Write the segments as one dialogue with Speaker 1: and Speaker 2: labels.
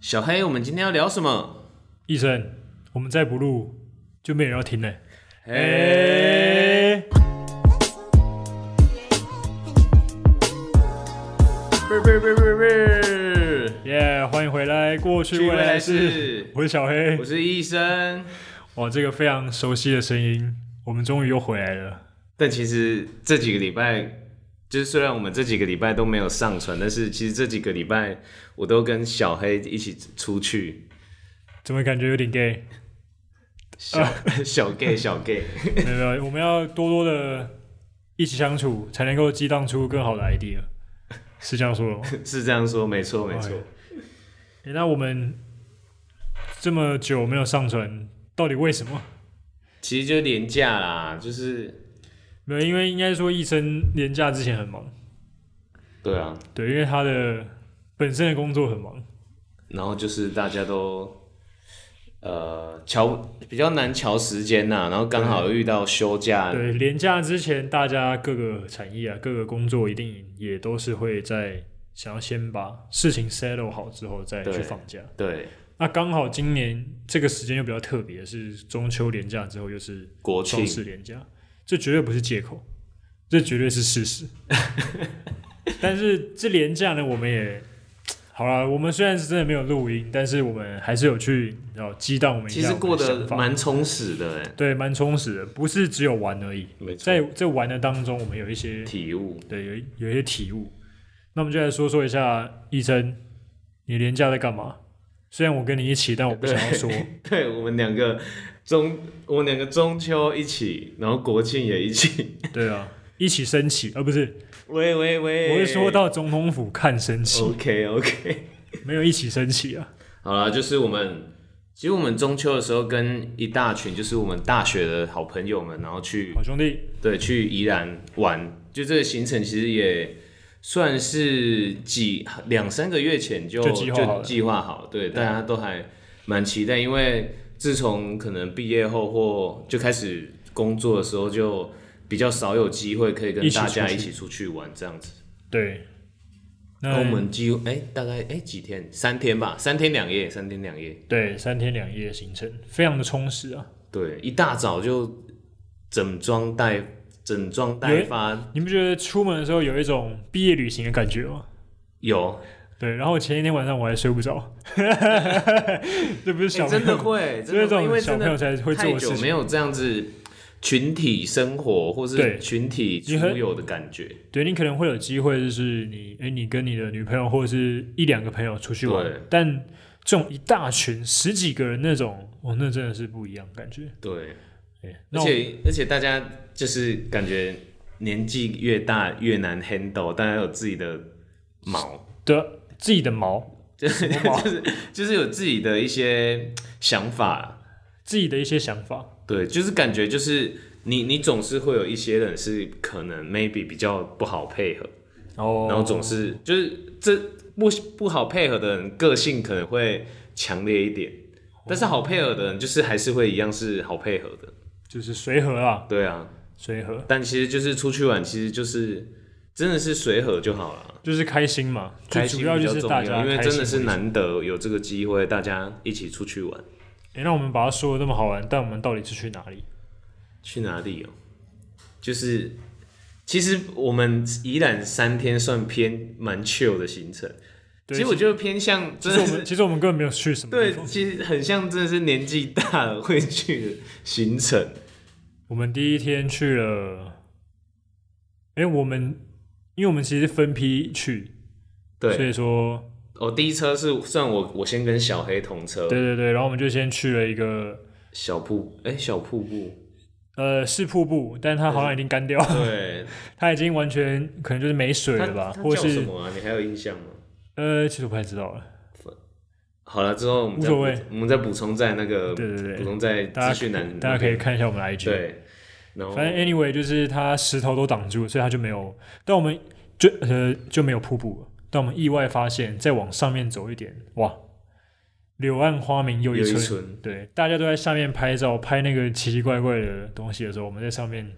Speaker 1: 小黑，我们今天要聊什么？
Speaker 2: 医生，我们再不录就没人要听了。
Speaker 1: 哎、不不不不不，
Speaker 2: 耶、欢迎回来，过去未
Speaker 1: 去未
Speaker 2: 来
Speaker 1: 来
Speaker 2: 式
Speaker 1: 式，
Speaker 2: 我是小黑
Speaker 1: 我。是医生。
Speaker 2: 哇，这个非常熟悉的声音，我们终于又回来了。
Speaker 1: 但其实这几个礼拜，就是虽然我们这几个礼拜都没有上传，但是其实这几个礼拜我都跟小黑一起出去，
Speaker 2: 怎么感觉有点 gay？
Speaker 1: 小、 小 gay 小 gay，
Speaker 2: 没有，没有，我们要多多的一起相处，才能够激荡出更好的 idea，是这样 说的吗？
Speaker 1: 是这样说，没错没错。
Speaker 2: 诶那我们这么久没有上传，到底为什么？
Speaker 1: 其实就廉价啦，就是
Speaker 2: 没有，因为应该说医生年假之前很忙，
Speaker 1: 对啊，
Speaker 2: 对，因为他的本身的工作很忙。
Speaker 1: 然后就是大家都呃瞧比较难瞧时间呐、然后刚好遇到休假，
Speaker 2: 对，廉假之前，大家各个产业啊，各个工作一定也都是会在想要先把事情 settle 好之后再
Speaker 1: 对
Speaker 2: 去放假。
Speaker 1: 对
Speaker 2: 那刚好今年这个时间又比较特别，是中秋连假之后又是
Speaker 1: 国庆
Speaker 2: 双十连假，这绝对不是借口，这绝对是 事实。但是这连假呢，我们也好了，我们虽然是真的没有录音，但是我们还是有去然后激荡我们一
Speaker 1: 其
Speaker 2: 下
Speaker 1: 实
Speaker 2: 我们
Speaker 1: 过
Speaker 2: 的
Speaker 1: 得
Speaker 2: 想法
Speaker 1: 蛮充实的哎，
Speaker 2: 对蛮充实的，不是只有玩而已。
Speaker 1: 没错，
Speaker 2: 在在玩的当中，我们有一些
Speaker 1: 体悟。
Speaker 2: 对有一有一些体悟。那我们就来说说一下，医生，你廉假在干嘛？虽然我跟你一起，但我不想要说。
Speaker 1: 对我们两个中，我们两个中秋一起，然后国庆也一起。
Speaker 2: 对啊，一起升旗，而、不是，
Speaker 1: 喂喂喂，
Speaker 2: 我是说到总统府看升旗，
Speaker 1: OK OK。
Speaker 2: 没有一起升旗啊。
Speaker 1: 好了，就是我们，其实我们中秋的时候跟一大群，就是我们大学的好朋友们，然后去
Speaker 2: 好兄弟，
Speaker 1: 对，去宜兰玩，就这个行程其实也算是几两三个月前就
Speaker 2: 就计划好了
Speaker 1: 计划好，对，大家都还蛮期待，因为自从可能毕业后或就开始工作的时候，就比较少有机会可以跟
Speaker 2: 一起
Speaker 1: 大家
Speaker 2: 出去
Speaker 1: 一起出去玩这样子。
Speaker 2: 对，
Speaker 1: 那
Speaker 2: 那
Speaker 1: 我们几乎哎、大概哎、几天，三天吧，三天两夜，三天两夜，
Speaker 2: 对三天两夜的行程非常的充实啊。
Speaker 1: 对，一大早就整装待整装待
Speaker 2: 有
Speaker 1: 发，
Speaker 2: 你不觉得出门的时候有一种毕业旅行的感觉吗？
Speaker 1: 有，
Speaker 2: 对，然后前一天晚上我还睡不着， 这不是
Speaker 1: 哎
Speaker 2: 小朋
Speaker 1: 真的
Speaker 2: 友，
Speaker 1: 会，真
Speaker 2: 这
Speaker 1: 的会，因
Speaker 2: 种
Speaker 1: 为
Speaker 2: 小
Speaker 1: 真
Speaker 2: 朋
Speaker 1: 的
Speaker 2: 友才会
Speaker 1: 太
Speaker 2: 做的
Speaker 1: 久
Speaker 2: 事
Speaker 1: 没
Speaker 2: 情。
Speaker 1: 有这样子群体生活或是
Speaker 2: 对
Speaker 1: 群体出
Speaker 2: 你很
Speaker 1: 游的感觉。
Speaker 2: 对你可能会有机会，就是你，哎，你跟你的女朋友或者是一两个朋友出去玩
Speaker 1: 对，
Speaker 2: 但这种一大群十几个人那种，哦，那真的是不一样感觉。
Speaker 1: 对，
Speaker 2: 对，那
Speaker 1: 而
Speaker 2: 我
Speaker 1: 且而且大家就是感觉年纪越大越难 handle，大家有自己的毛，
Speaker 2: 的自己 的毛，
Speaker 1: 就是
Speaker 2: 什么毛
Speaker 1: 就是就是有自己的一些想法。
Speaker 2: 自己的一些想法，
Speaker 1: 对，就是感觉就是你你总是会有一些人是可能 maybe 比较不好配合，
Speaker 2: 然后
Speaker 1: 然后总是就是这不不好配合的人，个性可能会强烈一点，
Speaker 2: 哦
Speaker 1: 但是好配合的人就是还是会一样是好配合的，
Speaker 2: 就是随和啊，
Speaker 1: 对啊。
Speaker 2: 随和
Speaker 1: 但其实就是出去玩，其实就是真的是随和就好了，
Speaker 2: 就是开心嘛，
Speaker 1: 开
Speaker 2: 最
Speaker 1: 心
Speaker 2: 主
Speaker 1: 比
Speaker 2: 要
Speaker 1: 较
Speaker 2: 就是
Speaker 1: 重
Speaker 2: 大
Speaker 1: 要，
Speaker 2: 家
Speaker 1: 因为
Speaker 2: 开
Speaker 1: 真的
Speaker 2: 心
Speaker 1: 是
Speaker 2: 为主。
Speaker 1: 难得有这个机会，大家一起出去玩。
Speaker 2: 诶那我们把它说的那么好玩，但我们到底是去哪里？
Speaker 1: 去哪里哦？就是其实我们宜兰三天算偏蛮 chill 的行程，其
Speaker 2: 对
Speaker 1: 实我觉得偏向
Speaker 2: 其
Speaker 1: 真
Speaker 2: 实
Speaker 1: 的
Speaker 2: 我
Speaker 1: 是
Speaker 2: 们其实我们根本没有去什么地
Speaker 1: 对，
Speaker 2: 方。
Speaker 1: 其实很像真的是年纪大了会去的行程。
Speaker 2: 我们第一天去了，哎，我们因为我们其实分批去，所
Speaker 1: 对，
Speaker 2: 以说
Speaker 1: 我、第一车是算我我先跟小黑同车，
Speaker 2: 对对对，然后我们就先去了一个
Speaker 1: 小瀑哎、小瀑 布，
Speaker 2: 呃是瀑布，但它好像已经 干掉了，
Speaker 1: 对，
Speaker 2: 它已经完全可能就是没水
Speaker 1: 它
Speaker 2: 了吧，
Speaker 1: 它
Speaker 2: 或
Speaker 1: 叫什
Speaker 2: 是
Speaker 1: 么啊？你还有印象吗？
Speaker 2: 呃其实我不太知道了。
Speaker 1: 好了，之后我们再
Speaker 2: 无所谓
Speaker 1: 补我们再补充在那个
Speaker 2: 对对对
Speaker 1: 补充在
Speaker 2: 大家
Speaker 1: 资讯栏，
Speaker 2: 大家可以看一下我们的 IG。，
Speaker 1: 对，然后
Speaker 2: 反正 anyway 就是它石头都挡住了，所以它就没有。但我们就呃就没有瀑布了。但我们意外发现，再往上面走一点，哇，柳暗花明又
Speaker 1: 有
Speaker 2: 一
Speaker 1: 一
Speaker 2: 村。
Speaker 1: 村，
Speaker 2: 对，大家都在下面拍照，拍那个奇奇怪怪的东西的时候，我们在上面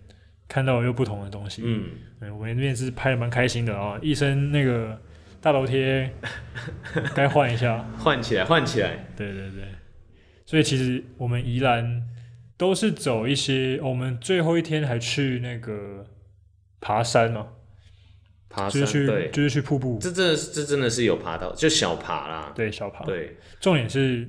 Speaker 2: 看到又不同的东西。
Speaker 1: 嗯，
Speaker 2: 对，我们那边是拍的蛮开心的啊。医生那个大楼贴该换 一下。
Speaker 1: 换起来，换起来。
Speaker 2: 对对对，所以其实我们宜兰都是走一些，哦我们最后一天还去那个爬山嘛，
Speaker 1: 爬
Speaker 2: 就
Speaker 1: 山
Speaker 2: 是去
Speaker 1: 对，
Speaker 2: 就是去瀑布，
Speaker 1: 这真的是这真的是有爬到，就小爬啦。
Speaker 2: 对小爬，
Speaker 1: 对，
Speaker 2: 重点是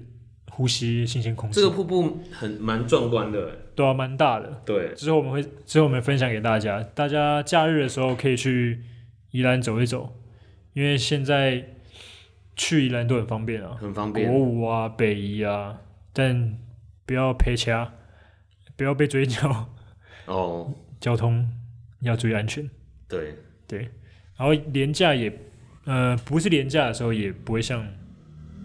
Speaker 2: 呼吸新鲜空气，
Speaker 1: 这个瀑布很蛮壮观的。
Speaker 2: 对啊，蛮大的。
Speaker 1: 对，
Speaker 2: 之后我们会之后我们分享给大家，大家假日的时候可以去宜兰走一走，因为现在去宜兰都很方便啊，
Speaker 1: 很方
Speaker 2: 国
Speaker 1: 便。
Speaker 2: 五啊、北宜啊，但不要陪掐，不要被追究。
Speaker 1: 哦，
Speaker 2: 交通要注意安全。
Speaker 1: 对，
Speaker 2: 对，然后廉价也，呃，不是廉价的时候也不会像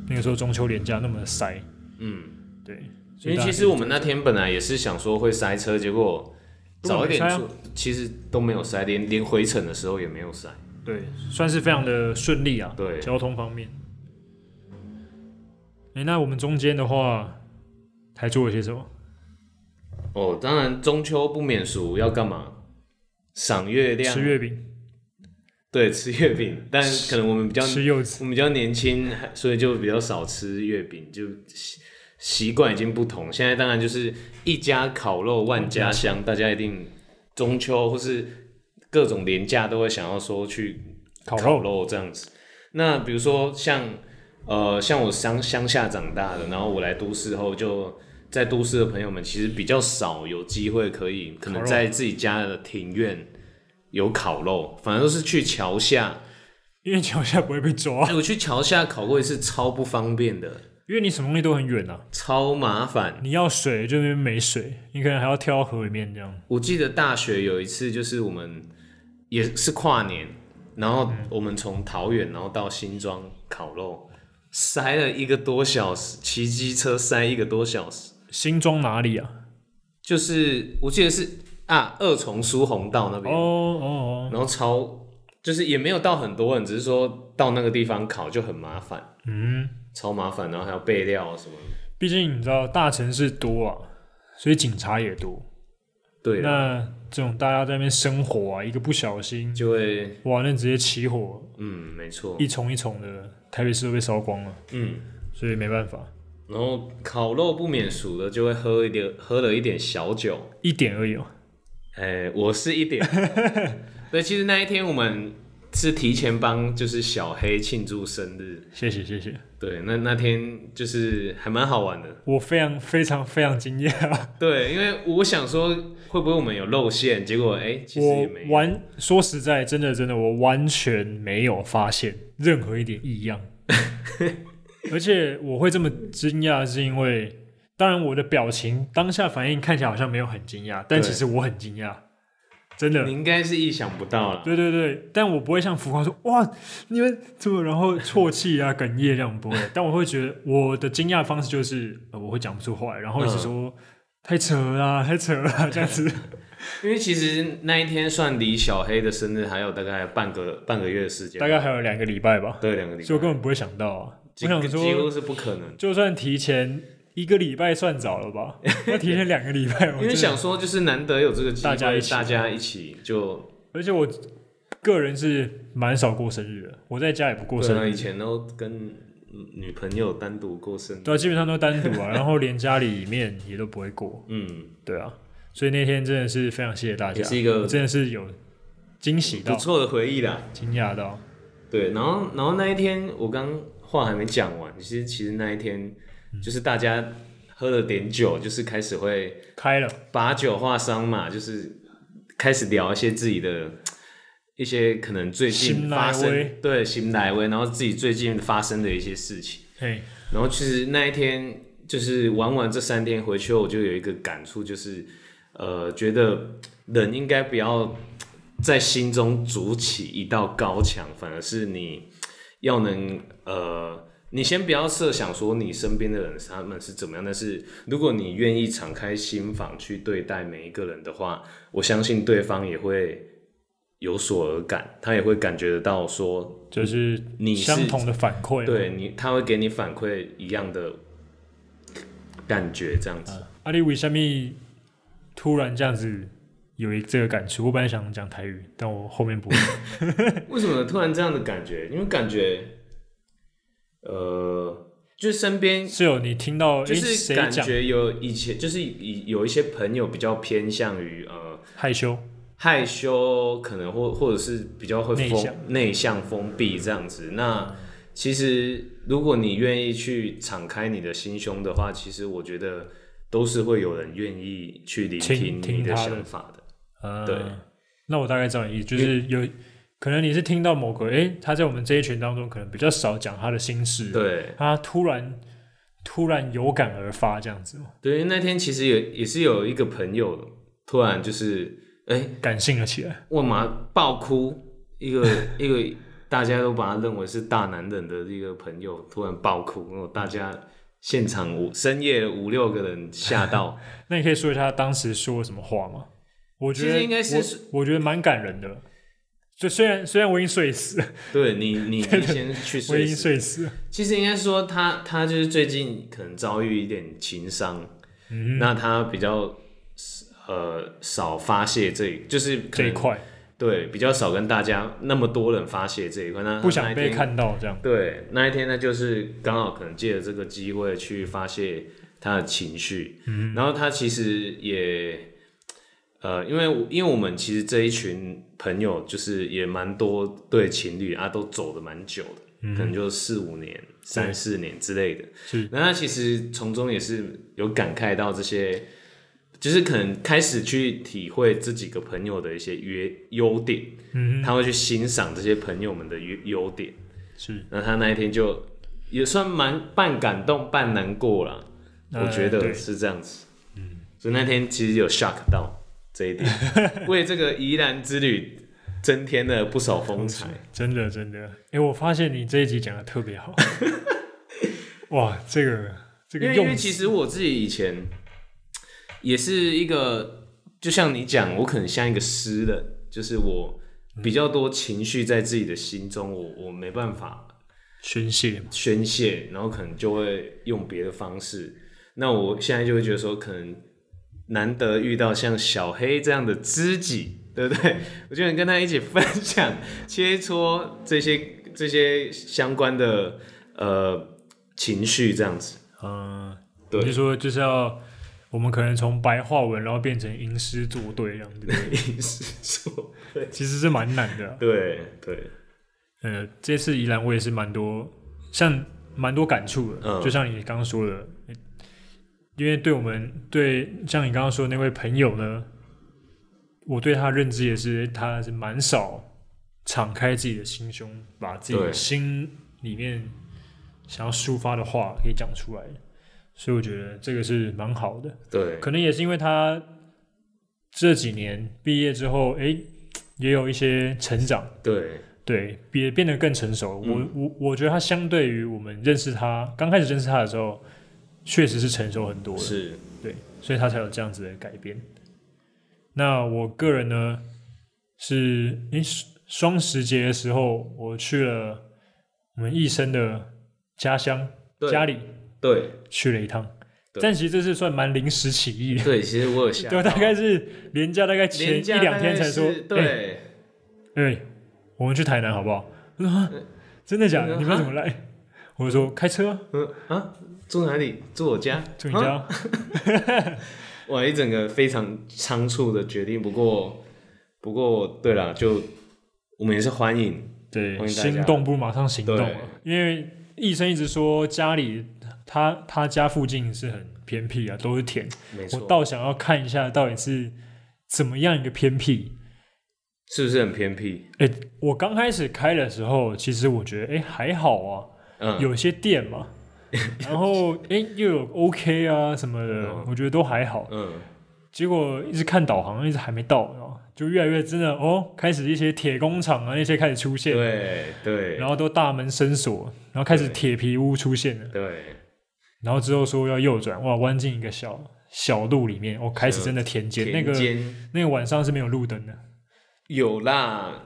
Speaker 2: 那个时候中秋廉价那么塞。
Speaker 1: 嗯，
Speaker 2: 对，
Speaker 1: 因
Speaker 2: 所以
Speaker 1: 为
Speaker 2: 大家
Speaker 1: 其实我们那天本来也是想说会塞车，结果早一点
Speaker 2: 都没塞啊
Speaker 1: 出，其实都没有塞，连连回程的时候也没有塞。
Speaker 2: 对算是非常的顺利啊。
Speaker 1: 对
Speaker 2: 交通方面。哎、那我们中间的话还做了些什么？
Speaker 1: 哦，当然中秋不免俗，要干嘛？赏月亮，
Speaker 2: 吃月饼，
Speaker 1: 对，吃月饼。但可能我们比较
Speaker 2: 吃柚子。
Speaker 1: 我们比较年轻，所以就比较少吃月饼，就习习惯已经不同。现在当然就是一家烤肉万家香，大家一定中秋或是各种年假都会想要说去
Speaker 2: 烤肉
Speaker 1: 烤肉这样子。那比如说像呃像我乡乡下长大的，然后我来都市后就。在都市的朋友们其实比较少有机会可以，可
Speaker 2: 烤
Speaker 1: 能
Speaker 2: 肉
Speaker 1: 在自己家的庭院有烤肉，反而都是去桥下，
Speaker 2: 因为桥下不会被抓
Speaker 1: 哎、，我去桥下烤过一次，超不方便的，
Speaker 2: 因为你什么东西都很远啊。
Speaker 1: 超麻烦。
Speaker 2: 你要水就那边没水，你可能还要挑河里面这样。
Speaker 1: 我记得大学有一次，就是我们也是跨年，然后
Speaker 2: 嗯
Speaker 1: 我们从桃园，然后到新庄烤肉，塞了一个多小时，骑机车塞一个多小时，
Speaker 2: 新庄哪里啊？
Speaker 1: 就是我记得是啊二重疏洪道那
Speaker 2: 哦
Speaker 1: 边，
Speaker 2: 哦哦，
Speaker 1: 然后超就是也没有到很多人，只是说到那个地方烤就很麻烦，
Speaker 2: 嗯。
Speaker 1: 超麻烦，然后还要备料什么的。
Speaker 2: 毕竟你知道大城市多啊，所以警察也多。
Speaker 1: 对啊啦，
Speaker 2: 那这种大家在那边生活啊，一个不小心，
Speaker 1: 就会
Speaker 2: 哇，那直接起火，
Speaker 1: 嗯，没错，
Speaker 2: 一重一重的，台北市都被烧光了，
Speaker 1: 嗯。
Speaker 2: 所以没办法，
Speaker 1: 然后烤肉不免俗的，就会喝一点，喝了一点小酒。
Speaker 2: 一点而已、哦。
Speaker 1: 哎，我是一 点。对，其实那一天我们是提前帮就是小黑庆祝生日。
Speaker 2: 谢谢谢谢，
Speaker 1: 对，那那天就是还蛮好玩的。
Speaker 2: 我非常非常非常惊讶，
Speaker 1: 对，因为我想说会不会我们有露馅，结果哎，其实也没
Speaker 2: 我
Speaker 1: 有。
Speaker 2: 完说实在，真的真的，我完全没有发现任何一点异 样，而且我会这么惊讶，是因为。当然，我的表情当下反应看起来好像没有很惊讶，但
Speaker 1: 对
Speaker 2: 其实我很惊讶，真的
Speaker 1: 你。应该是意想不到了。
Speaker 2: 对对对，但我不会像浮夸说哇，你们怎么然后啜泣啊、哽咽这样 不会，但我会觉得我的惊讶方式就是、呃、我会讲不出话来，然后一直说、太扯了啊、太扯了啊、这样子。
Speaker 1: 因为其实那一天算离小黑的生日还有大概半个半个月的时间，
Speaker 2: 大概还有两个礼拜吧，
Speaker 1: 对两个礼
Speaker 2: 所以我根
Speaker 1: 拜，
Speaker 2: 本不会想到啊。
Speaker 1: 几
Speaker 2: 我想
Speaker 1: 几乎
Speaker 2: 说，
Speaker 1: 是不可能。
Speaker 2: 就算提前一个礼拜算早了 吧，要提前哦两个礼拜，
Speaker 1: 因
Speaker 2: 我
Speaker 1: 为
Speaker 2: 真的
Speaker 1: 想说，就是难得有这个机会，
Speaker 2: 大家一起哦
Speaker 1: 大家一起就
Speaker 2: 而且我个人是蛮少过生日的，我在家也不过
Speaker 1: 可
Speaker 2: 生
Speaker 1: 能
Speaker 2: 日
Speaker 1: 啊以，前都跟女朋友单独过生日，
Speaker 2: 对啊，基本上都单独啊，然后连家里面也都不会过。
Speaker 1: 嗯，
Speaker 2: 对啊，所以那天真的是非常谢谢大家，
Speaker 1: 也是一个
Speaker 2: 我真的是有惊喜
Speaker 1: 不
Speaker 2: 到、
Speaker 1: 错的回忆啦。
Speaker 2: 惊讶到，
Speaker 1: 对，然后然后那一天我刚话还没讲完，其实其实那一天
Speaker 2: 嗯
Speaker 1: 就是大家喝了点酒，就是开始会
Speaker 2: 开了，
Speaker 1: 把酒话伤嘛，就是开始聊一些自己的。一些可能最近
Speaker 2: 心来
Speaker 1: 发
Speaker 2: 微
Speaker 1: 生对心来微，然后自己最近发生的一些事情。
Speaker 2: 嘿，
Speaker 1: 然后其实那一天就是玩完这三天回去后，我就有一个感触，就是呃，觉得人应该不要在心中筑起一道高墙，反而是你要能呃。你先不要设想说你身边的人他们是怎么样，但是如果你愿意敞开心房去对待每一个人的话，我相信对方也会有所而感，他也会感觉得到说
Speaker 2: 就是
Speaker 1: 你是
Speaker 2: 相同的反馈，啊
Speaker 1: 对你，他会给你反馈一样的感觉，这样子。
Speaker 2: 嗯啊，阿里为什么突然这样子有一这个感触。我本来想讲台语，但我后面不 会。
Speaker 1: 为什么突然这样的感觉？因为感觉，呃，就是身边
Speaker 2: 是有你听到，
Speaker 1: 就
Speaker 2: 诶，
Speaker 1: 是
Speaker 2: 谁
Speaker 1: 感
Speaker 2: 讲
Speaker 1: 觉有以前就是以有一些朋友比较偏向于呃
Speaker 2: 害羞？
Speaker 1: 害羞，可能或或者是比较会
Speaker 2: 内
Speaker 1: 封
Speaker 2: 向嗯
Speaker 1: 内向封闭这样子。那其实如果你愿意去敞开你的心胸的话，其实我觉得都是会有人愿意去聆
Speaker 2: 倾
Speaker 1: 听你
Speaker 2: 听
Speaker 1: 的
Speaker 2: 他的
Speaker 1: 想法的。
Speaker 2: 啊
Speaker 1: 对。
Speaker 2: 那我大概知道你的意思，就是有可能你是听到某个，诶，他在我们这一群当中可能比较少讲他的心事，
Speaker 1: 对，
Speaker 2: 他突然突然有感而发这样子嘛，
Speaker 1: 对，因为那天其实也也是有一个朋友突然就是哎、
Speaker 2: 感性了起来。
Speaker 1: 我马爆哭，一 个一个大家都把他认为是大男人的一个朋友突然爆哭，然后大家现场五深夜五六个人吓 到，
Speaker 2: 那你可以说一下他当时说了什么话吗？我觉
Speaker 1: 其
Speaker 2: 得
Speaker 1: 实应该是
Speaker 2: 我，我觉得蛮感人的。就虽然虽然我已经睡 死了，
Speaker 1: 对你你你先去
Speaker 2: 我
Speaker 1: 睡
Speaker 2: 已经
Speaker 1: 死。
Speaker 2: 睡死了，
Speaker 1: 其实应该说他他就是最近可能遭遇一点情伤，
Speaker 2: 嗯
Speaker 1: 那他比较呃少发泄这，就是可
Speaker 2: 这一
Speaker 1: 能
Speaker 2: 块
Speaker 1: 对比较少跟大家那么多人发泄这一块，那
Speaker 2: 不
Speaker 1: 那
Speaker 2: 想
Speaker 1: 一
Speaker 2: 被
Speaker 1: 天
Speaker 2: 看到这样。
Speaker 1: 对，那一天呢，就是刚好可能借着这个机会去发泄他的情绪，嗯，然后他其实也，呃，因为我因为我们其实这一群朋友就是也蛮多对情侣啊，都走的蛮久的，可能就四五年、三四年之类的，
Speaker 2: 嗯是，
Speaker 1: 那他其实从中也是有感慨到这些。就是可能开始去体会这几个朋友的一些约优点，
Speaker 2: 嗯
Speaker 1: 他会去欣赏这些朋友们的优优点，
Speaker 2: 哼，是，
Speaker 1: 那他那一天就也算蛮半感动半难过啦，
Speaker 2: 呃
Speaker 1: 我觉得
Speaker 2: 对
Speaker 1: 是这样子。嗯，所以那天其实有 shock 到这一点，为这个宜兰之旅增添了不少风采。
Speaker 2: 真的真的。哎、我发现你这一集讲的特 别好，哇，这个这
Speaker 1: 因
Speaker 2: 个
Speaker 1: 为因
Speaker 2: 用
Speaker 1: 为其实我自己以前也是一个，就像你讲，我可能像一个诗人，就是我比较多情绪在自己的心中，我我没办法
Speaker 2: 宣泄嘛，
Speaker 1: 宣泄，然后可能就会用别的方式。那我现在就会觉得说，可能难得遇到像小黑这样的知己，对不对？ 我就能跟他一起分享、切磋这些这些相关的呃情绪，这样子。
Speaker 2: 嗯、
Speaker 1: 对
Speaker 2: 你就说就是要我们可能从白话文，然后变成吟诗作对这样子，
Speaker 1: 意思说，
Speaker 2: 其实是蛮难的啊、
Speaker 1: 对对
Speaker 2: 呃，这次宜兰我也是蛮多，像蛮多感触的，
Speaker 1: 嗯
Speaker 2: 就像你刚刚说的，因为对我们对像你刚刚说的那位朋友呢，我对他的认知也是，他是蛮少敞开自己的心胸，把自己
Speaker 1: 对
Speaker 2: 的心里面想要抒发的话给讲出来的，所以我觉得这个是蛮好的。
Speaker 1: 对
Speaker 2: 可能也是因为他这几年毕业之后，诶，也有一些成长。
Speaker 1: 对
Speaker 2: 对，也变得更成熟。
Speaker 1: 嗯
Speaker 2: 我我我觉得他相对于我们认识他刚开始认识他的时候，确实是成熟很多的，
Speaker 1: 是，
Speaker 2: 对，所以他才有这样子的改变。那我个人呢，是诶双双十节的时候，我去了我们医生的家乡
Speaker 1: 对
Speaker 2: 家里
Speaker 1: 对
Speaker 2: 去了一趟，
Speaker 1: 对
Speaker 2: 但其实这是算蛮临时起意的，
Speaker 1: 对，其实我有想到，
Speaker 2: 对，大概是连假大概前
Speaker 1: 连假
Speaker 2: 一两
Speaker 1: 大
Speaker 2: 天
Speaker 1: 概
Speaker 2: 才说哎
Speaker 1: 是，
Speaker 2: 诶
Speaker 1: 对，
Speaker 2: 对，我们去台南好不好？ 我说啊真的假的？啊
Speaker 1: 嗯
Speaker 2: 你们怎么来？我说开车
Speaker 1: 嗯啊，住哪里？住我家，
Speaker 2: 住你家。
Speaker 1: 哇，一整个非常仓促的决定。不过，不过，对啦，就我们也是欢迎，欢迎
Speaker 2: 对，
Speaker 1: 大家
Speaker 2: 心动不如马上行动啊
Speaker 1: 对，
Speaker 2: 因为医生一直说家里他他家附近是很偏僻啊，都是田。
Speaker 1: 没错
Speaker 2: 我，倒想要看一下到底是怎么样一个偏僻。
Speaker 1: 是不是很偏僻？
Speaker 2: 哎，我刚开始开的时候，其实我觉得哎还好啊，
Speaker 1: 嗯，
Speaker 2: 有些店 嘛，然后哎又有 OK 啊什么的
Speaker 1: 嗯，
Speaker 2: 我觉得都还好。
Speaker 1: 嗯，
Speaker 2: 结果一直看导航，一直还没到，然后就越来越真的哦，开始一些铁工厂啊那些开始出现，
Speaker 1: 对对
Speaker 2: 然后都大门深锁，然后开始
Speaker 1: 对
Speaker 2: 铁皮屋出现了，
Speaker 1: 对，
Speaker 2: 然后之后说要右转，哇，弯进一个小小路里面，哦，开始真的田间，那
Speaker 1: 田
Speaker 2: 个
Speaker 1: 间
Speaker 2: 那个晚上是没有路灯的，
Speaker 1: 有啦，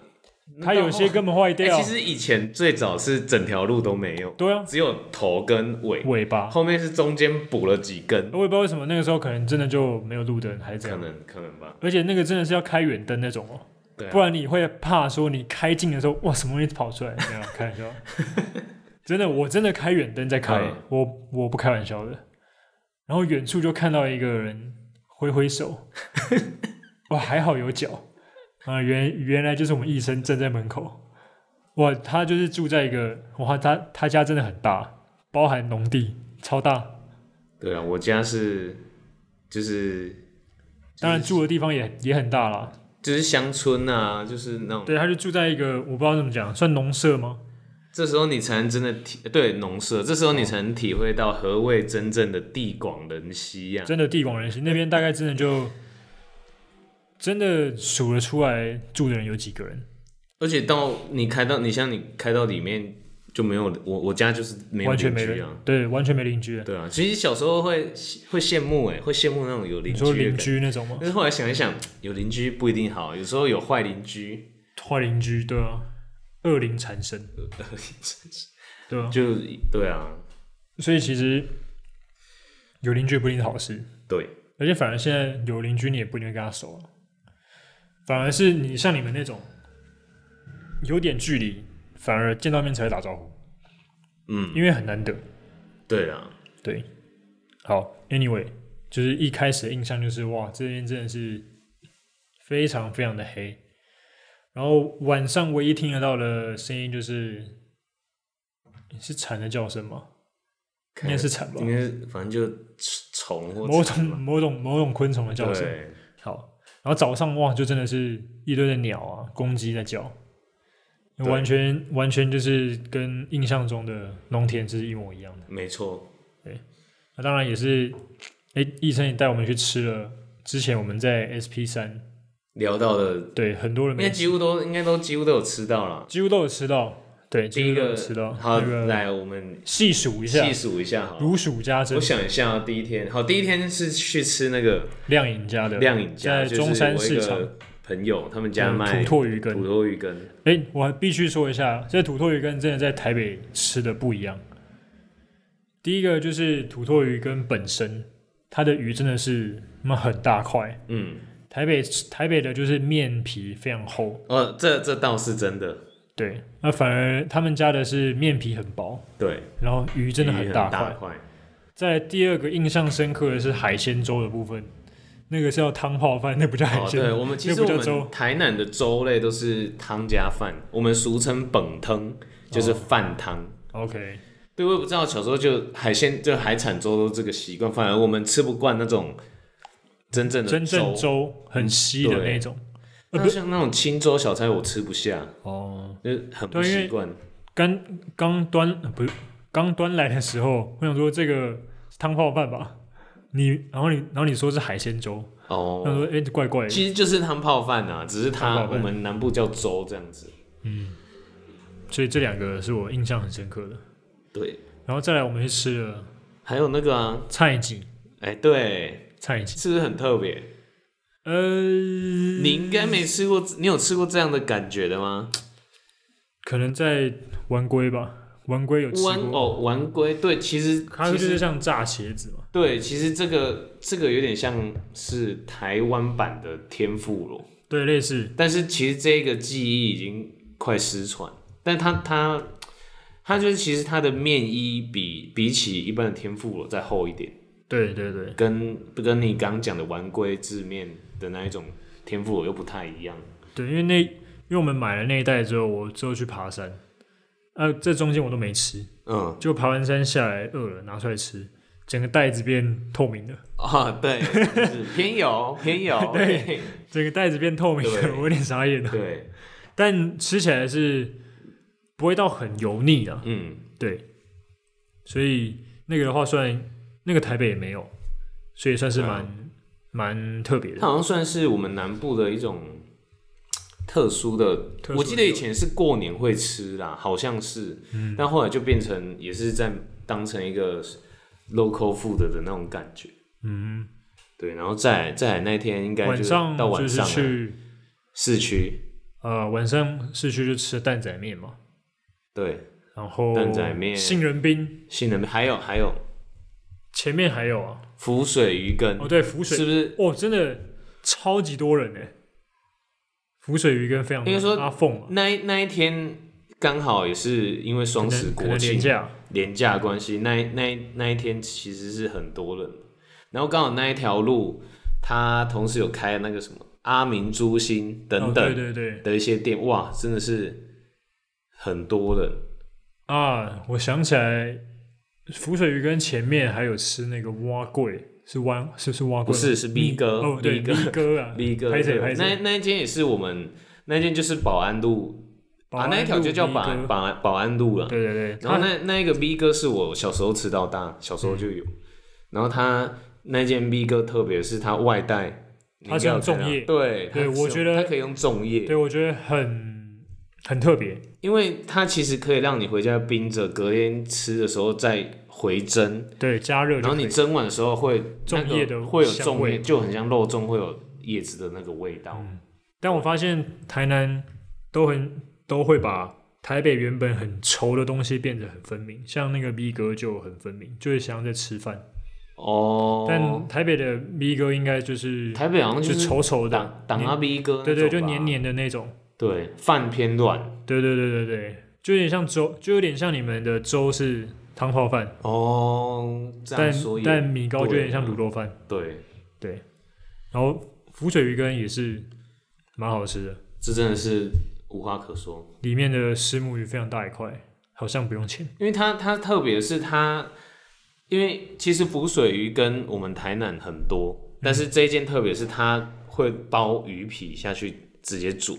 Speaker 2: 它有些根本坏
Speaker 1: 哎、
Speaker 2: 掉。
Speaker 1: 嗯其实以前最早是整条路都没有，
Speaker 2: 对啊，
Speaker 1: 只有头跟尾，
Speaker 2: 尾巴，
Speaker 1: 后面是中间补了几根，
Speaker 2: 我也不知道为什么那个时候可能真的就没有路灯还是怎
Speaker 1: 可
Speaker 2: 样，
Speaker 1: 能可能吧。
Speaker 2: 而且那个真的是要开远灯那种哦、
Speaker 1: 对啊、
Speaker 2: 不然你会怕说你开近的时候，哇，什么东西 跑出来？没有，开玩笑。真的，我真的开远灯在开，
Speaker 1: 嗯
Speaker 2: 我我不开玩笑的。然后远处就看到一个人挥 挥手，哇，还好有脚啊、原原来就是我们医生站在门口。哇，他就是住在一个哇，他他家真的很大，包含农地，超大。
Speaker 1: 对啊，我家是就是
Speaker 2: 当然住的地方也也很大啦。
Speaker 1: 就是乡村啊，就是那种。
Speaker 2: 对，他就住在一个我不知道怎么讲，算农舍吗？
Speaker 1: 这时候你才能真的体对农舍，这时候你才能体会到何谓真正的地广人稀 呀、
Speaker 2: 真的地广人稀，那边大概真的就真的数得出来住的人有几个人，
Speaker 1: 而且到你开到你像你开到里面就没有我我家就是没有
Speaker 2: 完全
Speaker 1: 邻
Speaker 2: 没
Speaker 1: 居
Speaker 2: 人
Speaker 1: 啊，，
Speaker 2: 对，完全没邻居。
Speaker 1: 对啊，其实小时候会会羡慕哎、会羡慕那种有邻
Speaker 2: 你
Speaker 1: 居的
Speaker 2: 说邻
Speaker 1: 感觉
Speaker 2: 居那种吗？
Speaker 1: 但是后来想一想，有邻居不一定好，有时候有坏邻居，
Speaker 2: 坏邻居，对啊，恶灵 缠身，对啊，
Speaker 1: 就对啊，
Speaker 2: 所以其实有邻居也不一定是好事，
Speaker 1: 对，
Speaker 2: 而且反而现在有邻居你也不一定会跟他熟啊、反而是你像你们那种有点距离，反而见到面才会打招呼，
Speaker 1: 嗯，
Speaker 2: 因为很难得。
Speaker 1: 对啊，
Speaker 2: 对，好，Anyway，就是一开始的印象就是哇，这边真的是非常非常的黑。然后晚上唯一听得到的声音就是是蝉的叫声吗？应该是蝉吧
Speaker 1: 应，该是反正就虫或
Speaker 2: 某种某种某种昆虫的叫声。
Speaker 1: 对，
Speaker 2: 好，然后早上哇，就真的是一堆的鸟啊，公鸡在叫，
Speaker 1: 对
Speaker 2: 完全完全就是跟印象中的农田是一模一样的。
Speaker 1: 没错，
Speaker 2: 那当然也是，哎、医生也带我们去吃了。之前我们在 SP 三，
Speaker 1: 聊到的
Speaker 2: 对很多人
Speaker 1: 应
Speaker 2: 没
Speaker 1: 该几乎都应该都几乎都有吃到了。
Speaker 2: 几乎都有吃到，对，
Speaker 1: 第一
Speaker 2: 几乎都
Speaker 1: 个
Speaker 2: 有吃到。
Speaker 1: 好，
Speaker 2: 那个
Speaker 1: 来我们
Speaker 2: 细数一下，
Speaker 1: 细数一下好了。
Speaker 2: 如数家珍
Speaker 1: 我，想一下、啊，第一天好，第一天是去吃那个
Speaker 2: 亮颖家的
Speaker 1: 亮颖家，
Speaker 2: 在中山市
Speaker 1: 就是我一
Speaker 2: 场
Speaker 1: 个朋友他们家
Speaker 2: 嗯
Speaker 1: 卖
Speaker 2: 土托鱼
Speaker 1: 土
Speaker 2: 羹。
Speaker 1: 托鱼羹，
Speaker 2: 哎、我还必须说一下，这土托鱼羹真的在台北吃的不一样。第一个就是土托鱼羹本身，它的鱼真的是那很大块。
Speaker 1: 嗯，
Speaker 2: 台北台北的就是面皮非常厚，
Speaker 1: 哦，这这倒是真的，
Speaker 2: 对，那反而他们家的是面皮很薄，
Speaker 1: 对，
Speaker 2: 然后鱼真的很
Speaker 1: 大
Speaker 2: 大块。
Speaker 1: 块，
Speaker 2: 再来第二个印象深刻的是海鲜粥的部分，那个是要汤泡饭，那不叫海
Speaker 1: 哦，
Speaker 2: 鲜。
Speaker 1: 对，我们其
Speaker 2: 那
Speaker 1: 实
Speaker 2: 不
Speaker 1: 我
Speaker 2: 叫粥
Speaker 1: 们台南的粥类都是汤加饭，我们俗称本汤，
Speaker 2: 哦
Speaker 1: 就是饭汤。
Speaker 2: OK，
Speaker 1: 对，我也不知道，小时候就海鲜就海产粥都这个习惯，反而我们吃不惯那种真正的
Speaker 2: 真正粥很稀的
Speaker 1: 嗯对
Speaker 2: 那种。呃
Speaker 1: 那
Speaker 2: 不
Speaker 1: 像那种清粥小菜我吃不下，
Speaker 2: 哦，
Speaker 1: 就是很不
Speaker 2: 对因为
Speaker 1: 习惯。
Speaker 2: 刚刚端呃不是刚端来的时候，我想说这个是汤泡饭吧，你然后你然后你说是海鲜粥，我想
Speaker 1: 哦，
Speaker 2: 说哎、怪怪的。
Speaker 1: 其实就是汤泡饭啊，只是
Speaker 2: 汤
Speaker 1: 它
Speaker 2: 泡
Speaker 1: 我
Speaker 2: 饭
Speaker 1: 们南部叫粥这样子。
Speaker 2: 所以这两个是我印象很深刻的。
Speaker 1: 对，
Speaker 2: 然后再来我们去吃了
Speaker 1: 还有那个啊，
Speaker 2: 菜鸡，
Speaker 1: 哎，对，
Speaker 2: 菜鸡，
Speaker 1: 是不是很特别？
Speaker 2: 呃，
Speaker 1: 你应该没吃过，你有吃过这样的感觉的吗？
Speaker 2: 可能在玩龟吧，玩龟有吃
Speaker 1: 玩
Speaker 2: 过，
Speaker 1: 哦，玩龟，对，其实
Speaker 2: 它就
Speaker 1: 其
Speaker 2: 是
Speaker 1: 实
Speaker 2: 像炸茄子嘛。
Speaker 1: 对，其实这个这个有点像是台湾版的天妇罗，
Speaker 2: 对，类似
Speaker 1: 但是其实这个技艺已经快失传，但它它它就是其实它的面衣比比起一般的天妇罗再厚一点，
Speaker 2: 对对对，
Speaker 1: 跟跟你刚讲的丸龟制面的那一种天妇罗又不太一样。
Speaker 2: 对，因为那因为我们买了那一袋之后，我之后去爬山，呃，这中间我都没吃，
Speaker 1: 嗯
Speaker 2: 就爬完山下来饿了拿出来吃，整个袋子变透明的，
Speaker 1: 啊，对，就是偏油偏油，
Speaker 2: 对整个袋子变透明
Speaker 1: 对
Speaker 2: 的，我有点傻眼了。
Speaker 1: 对，
Speaker 2: 但吃起来是不会到很油腻啊的，
Speaker 1: 嗯，
Speaker 2: 对，所以那个的话算那个台北也没有，所以算是
Speaker 1: 对啊
Speaker 2: 蛮蛮、特别的
Speaker 1: 它。好像算是我们南部的一种特殊的，
Speaker 2: 特殊的
Speaker 1: 我记得以前是过年会吃啦，好像是，
Speaker 2: 嗯
Speaker 1: 但后来就变成也是在当成一个 local food 的那种感觉。
Speaker 2: 嗯，
Speaker 1: 对，然后再来再来那天应该就
Speaker 2: 晚
Speaker 1: 是
Speaker 2: 上
Speaker 1: 到晚啊
Speaker 2: 就是
Speaker 1: 上了
Speaker 2: 去
Speaker 1: 市区，
Speaker 2: 呃，晚上市区就吃蛋仔面嘛，
Speaker 1: 对，
Speaker 2: 然后
Speaker 1: 蛋仔面
Speaker 2: 杏仁冰，
Speaker 1: 杏仁还有还有
Speaker 2: 前面还有啊，
Speaker 1: 浮水鱼羹，
Speaker 2: 哦对，浮水
Speaker 1: 是不是？
Speaker 2: 哦，真的超级多人呢。浮水鱼羹非常多，
Speaker 1: 应该说
Speaker 2: 阿凤啊嘛，
Speaker 1: 那一那一天刚好也是因为
Speaker 2: 可
Speaker 1: 双十
Speaker 2: 能可
Speaker 1: 国
Speaker 2: 能廉
Speaker 1: 庆
Speaker 2: 价，
Speaker 1: 廉价的关系，那一那一那一天其实是很多人，然后刚好那一条路，它同时有开那个什么阿明珠心等
Speaker 2: 哦、
Speaker 1: 等
Speaker 2: 对对对
Speaker 1: 的一些店，哇，真的是很多人。
Speaker 2: 啊，我想起来，浮水鱼羹前面还有吃那个蛙桂，是蛙是是蛙桂吗，
Speaker 1: 不是是 B 哥
Speaker 2: 哦对
Speaker 1: B 哥
Speaker 2: B 哥啊
Speaker 1: B 哥
Speaker 2: 拍谁
Speaker 1: 对
Speaker 2: 拍
Speaker 1: 那
Speaker 2: 谁，
Speaker 1: 那一间也是我们那一间就是保安路
Speaker 2: 保安
Speaker 1: 啊，那一条
Speaker 2: 路
Speaker 1: 就叫
Speaker 2: B
Speaker 1: 保
Speaker 2: 哥
Speaker 1: 安保安保安路了。
Speaker 2: 对对啊对，
Speaker 1: 然后
Speaker 2: 他
Speaker 1: 那那一个 B 哥是我小时候吃到大，小时候就
Speaker 2: 嗯
Speaker 1: 有。然后他那件 B 哥特别是他外带，
Speaker 2: 它是用粽叶
Speaker 1: 对
Speaker 2: 对
Speaker 1: 它是
Speaker 2: 我
Speaker 1: 用
Speaker 2: 觉得
Speaker 1: 它可以用粽叶，
Speaker 2: 对我觉得很很特别，
Speaker 1: 因为它其实可以让你回家冰着，隔天吃的时候再回蒸，
Speaker 2: 对加热
Speaker 1: 然
Speaker 2: 就
Speaker 1: 后
Speaker 2: 可以，
Speaker 1: 你蒸完的时候会那
Speaker 2: 粽叶的
Speaker 1: 个会有
Speaker 2: 香
Speaker 1: 粽
Speaker 2: 味嗯
Speaker 1: 叶，就很像肉粽会有叶子的那个味道。
Speaker 2: 但我发现台南都很都会把台北原本很稠的东西变得很分明，像那个 B 哥就很分明，就是像在吃饭。
Speaker 1: 哦，
Speaker 2: 但台北的 B 哥应该就是
Speaker 1: 台北好像
Speaker 2: 就
Speaker 1: 就是
Speaker 2: 稠稠的，
Speaker 1: 党党阿 B 哥那
Speaker 2: 对对，
Speaker 1: 种
Speaker 2: 就
Speaker 1: 吧
Speaker 2: 黏，黏的那种。
Speaker 1: 对饭偏软
Speaker 2: 对对对对对，就有点像粥，就有点像你们的粥是汤泡饭，
Speaker 1: 哦，这样
Speaker 2: 但
Speaker 1: 说也
Speaker 2: 但米糕就有点像
Speaker 1: 对啊
Speaker 2: 卤肉饭。
Speaker 1: 对。
Speaker 2: 对，然后浮水鱼羹也是蛮好吃的，
Speaker 1: 这真的是无话可说，
Speaker 2: 里面的石母鱼非常大一块，好像不用钱。
Speaker 1: 因为它它特别是它，因为其实浮水鱼跟我们台南很多，但是这一件特别是它会包鱼皮下去直接煮，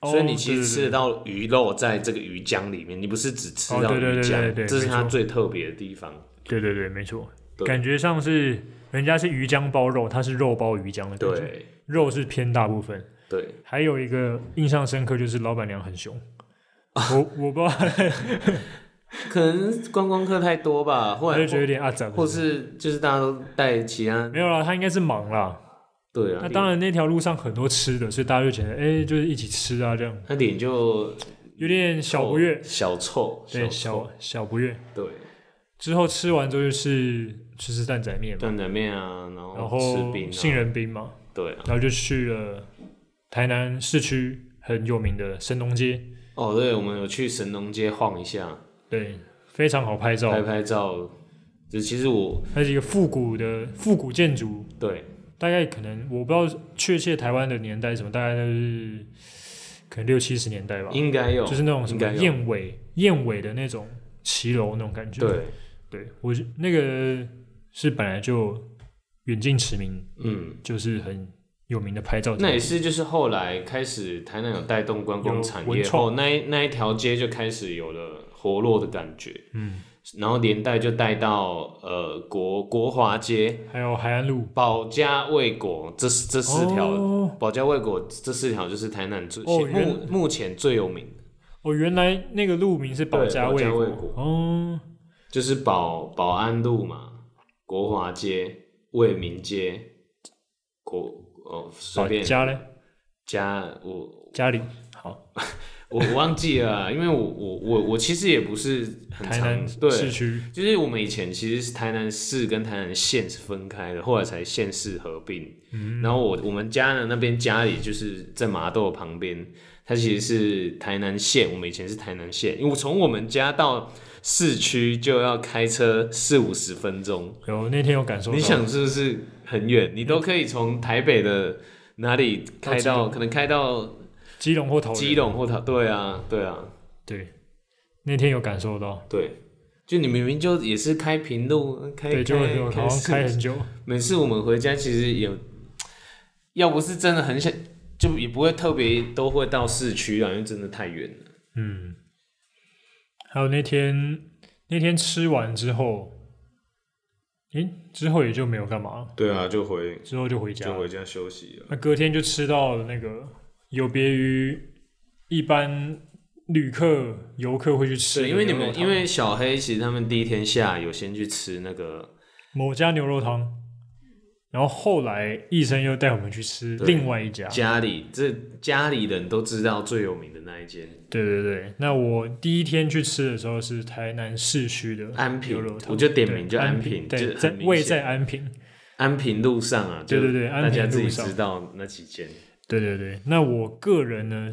Speaker 1: 哦
Speaker 2: 哦
Speaker 1: 所以你其实吃得
Speaker 2: 到
Speaker 1: 到鱼肉在这个鱼浆里面，你不是只吃
Speaker 2: 哦
Speaker 1: 到
Speaker 2: 对对
Speaker 1: 鱼
Speaker 2: 对对对
Speaker 1: 浆，这是它
Speaker 2: 没错
Speaker 1: 最特别的地方。
Speaker 2: 对对对，没错，
Speaker 1: 对
Speaker 2: 感觉上是人家是鱼浆包肉，它是肉包鱼浆的感觉，
Speaker 1: 对
Speaker 2: 肉是偏大部分。
Speaker 1: 对，
Speaker 2: 还有一个印象深刻就是老板娘很凶，我我不知道，
Speaker 1: 可能观光客太多吧，或
Speaker 2: 我就
Speaker 1: 者
Speaker 2: 觉得有点阿杂。
Speaker 1: 或是就是大家都带其他
Speaker 2: 没有啦，他应该是忙啦。
Speaker 1: 对啊，
Speaker 2: 那当然，那条路上很多吃的，所以大家就觉得，哎、就是一起吃啊，这样
Speaker 1: 他脸就
Speaker 2: 有点小不悦，
Speaker 1: 小臭，
Speaker 2: 对，
Speaker 1: 臭
Speaker 2: 小小不悦。
Speaker 1: 对。
Speaker 2: 之后吃完之后就是吃吃蛋仔面嘛，
Speaker 1: 蛋仔面啊，然后
Speaker 2: 然后
Speaker 1: 吃冰、啊、
Speaker 2: 杏仁冰嘛，
Speaker 1: 对啊，
Speaker 2: 然后就去了台南市区很有名的神农街，
Speaker 1: 哦对，我们有去神农街晃一下，
Speaker 2: 对，非常好拍
Speaker 1: 拍
Speaker 2: 照，
Speaker 1: 拍照。就其实我
Speaker 2: 它是一个复古的复古建筑，
Speaker 1: 对
Speaker 2: 大概可能我不知道确切台湾的年代是什么，大概就是可能六七十年代吧，
Speaker 1: 应该有，
Speaker 2: 就是那种什
Speaker 1: 应
Speaker 2: 么
Speaker 1: 该有
Speaker 2: 燕尾燕尾的那种骑楼那种感觉。
Speaker 1: 对，
Speaker 2: 对，我是那个是本来就远近驰名，
Speaker 1: 嗯，
Speaker 2: 就是很有名的拍照景
Speaker 1: 那也
Speaker 2: 点。
Speaker 1: 是就是后来开始台南有带动观光产
Speaker 2: 有文
Speaker 1: 业哦
Speaker 2: 创
Speaker 1: 后，那一那一条街就开始有了活络的感觉，
Speaker 2: 嗯，
Speaker 1: 然后连带就带到呃国国华街、
Speaker 2: 还有海岸路
Speaker 1: 保家卫国这四这
Speaker 2: 这
Speaker 1: 四条。
Speaker 2: 哦
Speaker 1: 保家卫国这四条就是台南最、
Speaker 2: 哦原
Speaker 1: 目目前最有名的
Speaker 2: 哦，原来那个路名是保
Speaker 1: 对
Speaker 2: 家
Speaker 1: 保
Speaker 2: 卫
Speaker 1: 家
Speaker 2: 国
Speaker 1: 卫国
Speaker 2: 哦，
Speaker 1: 就是保保安路嘛，国华街、卫民街、国哦随
Speaker 2: 保
Speaker 1: 便
Speaker 2: 家嘞，
Speaker 1: 加我
Speaker 2: 家里好，
Speaker 1: 我我忘记了啊，因为我我我我其实也不是很
Speaker 2: 台
Speaker 1: 常
Speaker 2: 南市
Speaker 1: 对，
Speaker 2: 区
Speaker 1: 就是我们以前其实是台南市跟台南县是分开的，后来才县市合并。
Speaker 2: 嗯
Speaker 1: 然后我我们家的那边家里就是在麻豆旁边，它其实是台南县，我们以前是台南县，因为从我们家到市区就要开车四五十分钟。
Speaker 2: 有那天有感受到，
Speaker 1: 你想是不是很远？你都可以从台北的哪里开
Speaker 2: 嗯到基
Speaker 1: 到，可能开到
Speaker 2: 基隆或桃
Speaker 1: 基
Speaker 2: 园，
Speaker 1: 隆或桃，对啊，对啊，
Speaker 2: 对，那天有感受到，
Speaker 1: 对。就你明明就也是开平路，开
Speaker 2: 对，就
Speaker 1: 开
Speaker 2: 有好
Speaker 1: 开
Speaker 2: 像
Speaker 1: 市
Speaker 2: 开很久，
Speaker 1: 每次我们回家其实有，要不是真的很想，就也不会特别都会到市区啊，因为真的太远了。
Speaker 2: 嗯，还有那天那天吃完之后，诶，之后也就没有干嘛了，
Speaker 1: 对啊，就回
Speaker 2: 之后就回家了。
Speaker 1: 回家休息了。
Speaker 2: 那隔天就吃到了那个有别于一般旅客游客会去吃的
Speaker 1: 对，
Speaker 2: 牛
Speaker 1: 因
Speaker 2: 肉
Speaker 1: 为
Speaker 2: 汤，
Speaker 1: 你们因为小黑其实他们第一天下有先去吃那个
Speaker 2: 某家牛肉汤然后后来医生又带我们去吃
Speaker 1: 对
Speaker 2: 另外一家，
Speaker 1: 家里这家里人都知道最有名的那一间
Speaker 2: 对对对。那我第一天去吃的时候是台南市区的
Speaker 1: 安平
Speaker 2: 牛肉，汤
Speaker 1: 我就点名
Speaker 2: 对
Speaker 1: 就安
Speaker 2: 平，
Speaker 1: 平，就
Speaker 2: 对，
Speaker 1: 是
Speaker 2: 在
Speaker 1: 很明
Speaker 2: 位
Speaker 1: 显
Speaker 2: 在安平，
Speaker 1: 安平路上啊，
Speaker 2: 对
Speaker 1: 就
Speaker 2: 对对安
Speaker 1: 大家
Speaker 2: 平
Speaker 1: 自己
Speaker 2: 路上
Speaker 1: 知道那几间，
Speaker 2: 对对对。那我个人呢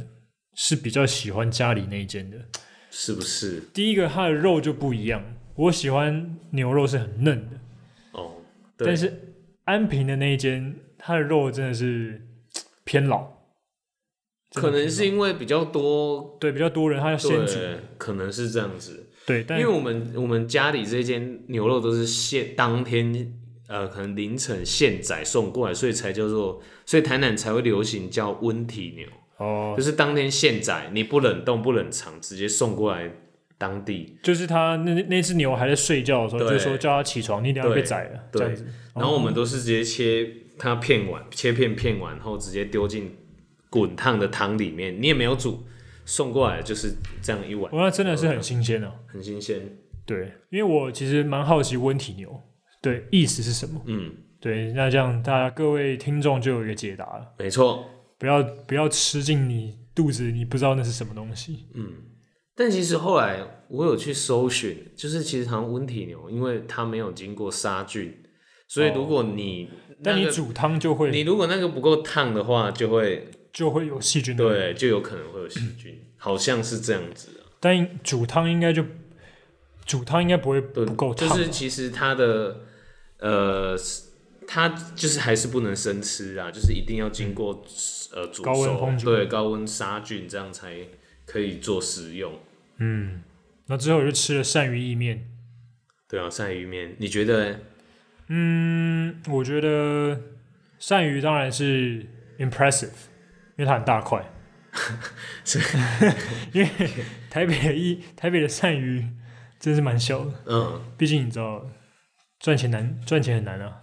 Speaker 2: 是比较喜欢家里那一间的，
Speaker 1: 是不是？
Speaker 2: 第一个它的肉就不一样，我喜欢牛肉是很嫩的，
Speaker 1: 哦，对
Speaker 2: 但是安平的那一间它的肉真的是偏老，真的
Speaker 1: 可能
Speaker 2: 偏
Speaker 1: 是因为比较多，
Speaker 2: 老对比较多人，它要先煮，
Speaker 1: 对，可能是这样子。
Speaker 2: 对，
Speaker 1: 因
Speaker 2: 但
Speaker 1: 为我们我们家里这间牛肉都是现当天，呃，可能凌晨现宰送过来，所以才叫做，所以台南才会流行叫温体牛，
Speaker 2: 哦，
Speaker 1: 就是当天现宰，你不冷冻不冷藏，直接送过来当地。
Speaker 2: 就是它那那只牛还在睡觉的时候，
Speaker 1: 对
Speaker 2: 就说叫它起床，你一定要被
Speaker 1: 对
Speaker 2: 宰了，
Speaker 1: 对
Speaker 2: 这样子。
Speaker 1: 然后我们都是直接切它片完，切片片完后直接丢进滚烫的汤里面，你也没有煮，送过来就是这样一碗，
Speaker 2: 哦哇，那真的是很新鲜啊。
Speaker 1: 很新鲜。
Speaker 2: 对，因为我其实蛮好奇温体牛，对，意思是什么？
Speaker 1: 嗯，
Speaker 2: 对，那这样大家各位听众就有一个解答了，
Speaker 1: 没错。
Speaker 2: 不要不要吃进你肚子，你不知道那是什么东西。
Speaker 1: 但其实后来我有去搜寻，就是其实好像温体牛，因为它没有经过杀菌，所以如果你、那
Speaker 2: 哦但你
Speaker 1: 个
Speaker 2: 煮汤就会
Speaker 1: 你如果那个不够烫的话，就会
Speaker 2: 就会有细菌的
Speaker 1: 对，就有可能会有细菌，好像是这样子啊、
Speaker 2: 但煮汤应该就煮汤应该不会
Speaker 1: 对，
Speaker 2: 不够
Speaker 1: 就
Speaker 2: 烫吧，啊
Speaker 1: 是其实它的呃，它就是还是不能生吃啊，就是一定要经过、呃煮
Speaker 2: 高温
Speaker 1: 熟
Speaker 2: 烹煮
Speaker 1: 对，高温杀菌，这样才可以做食用。
Speaker 2: 嗯。那之后我就吃了鳝鱼意面，
Speaker 1: 对啊，鳝鱼面，你觉得呢？
Speaker 2: 嗯，我觉得鳝鱼当然是 impressive，因为它很 大块。因为台北的一台北的鳝鱼真是蛮小的，
Speaker 1: 嗯，
Speaker 2: 毕竟你知道赚钱难赚钱很难啊，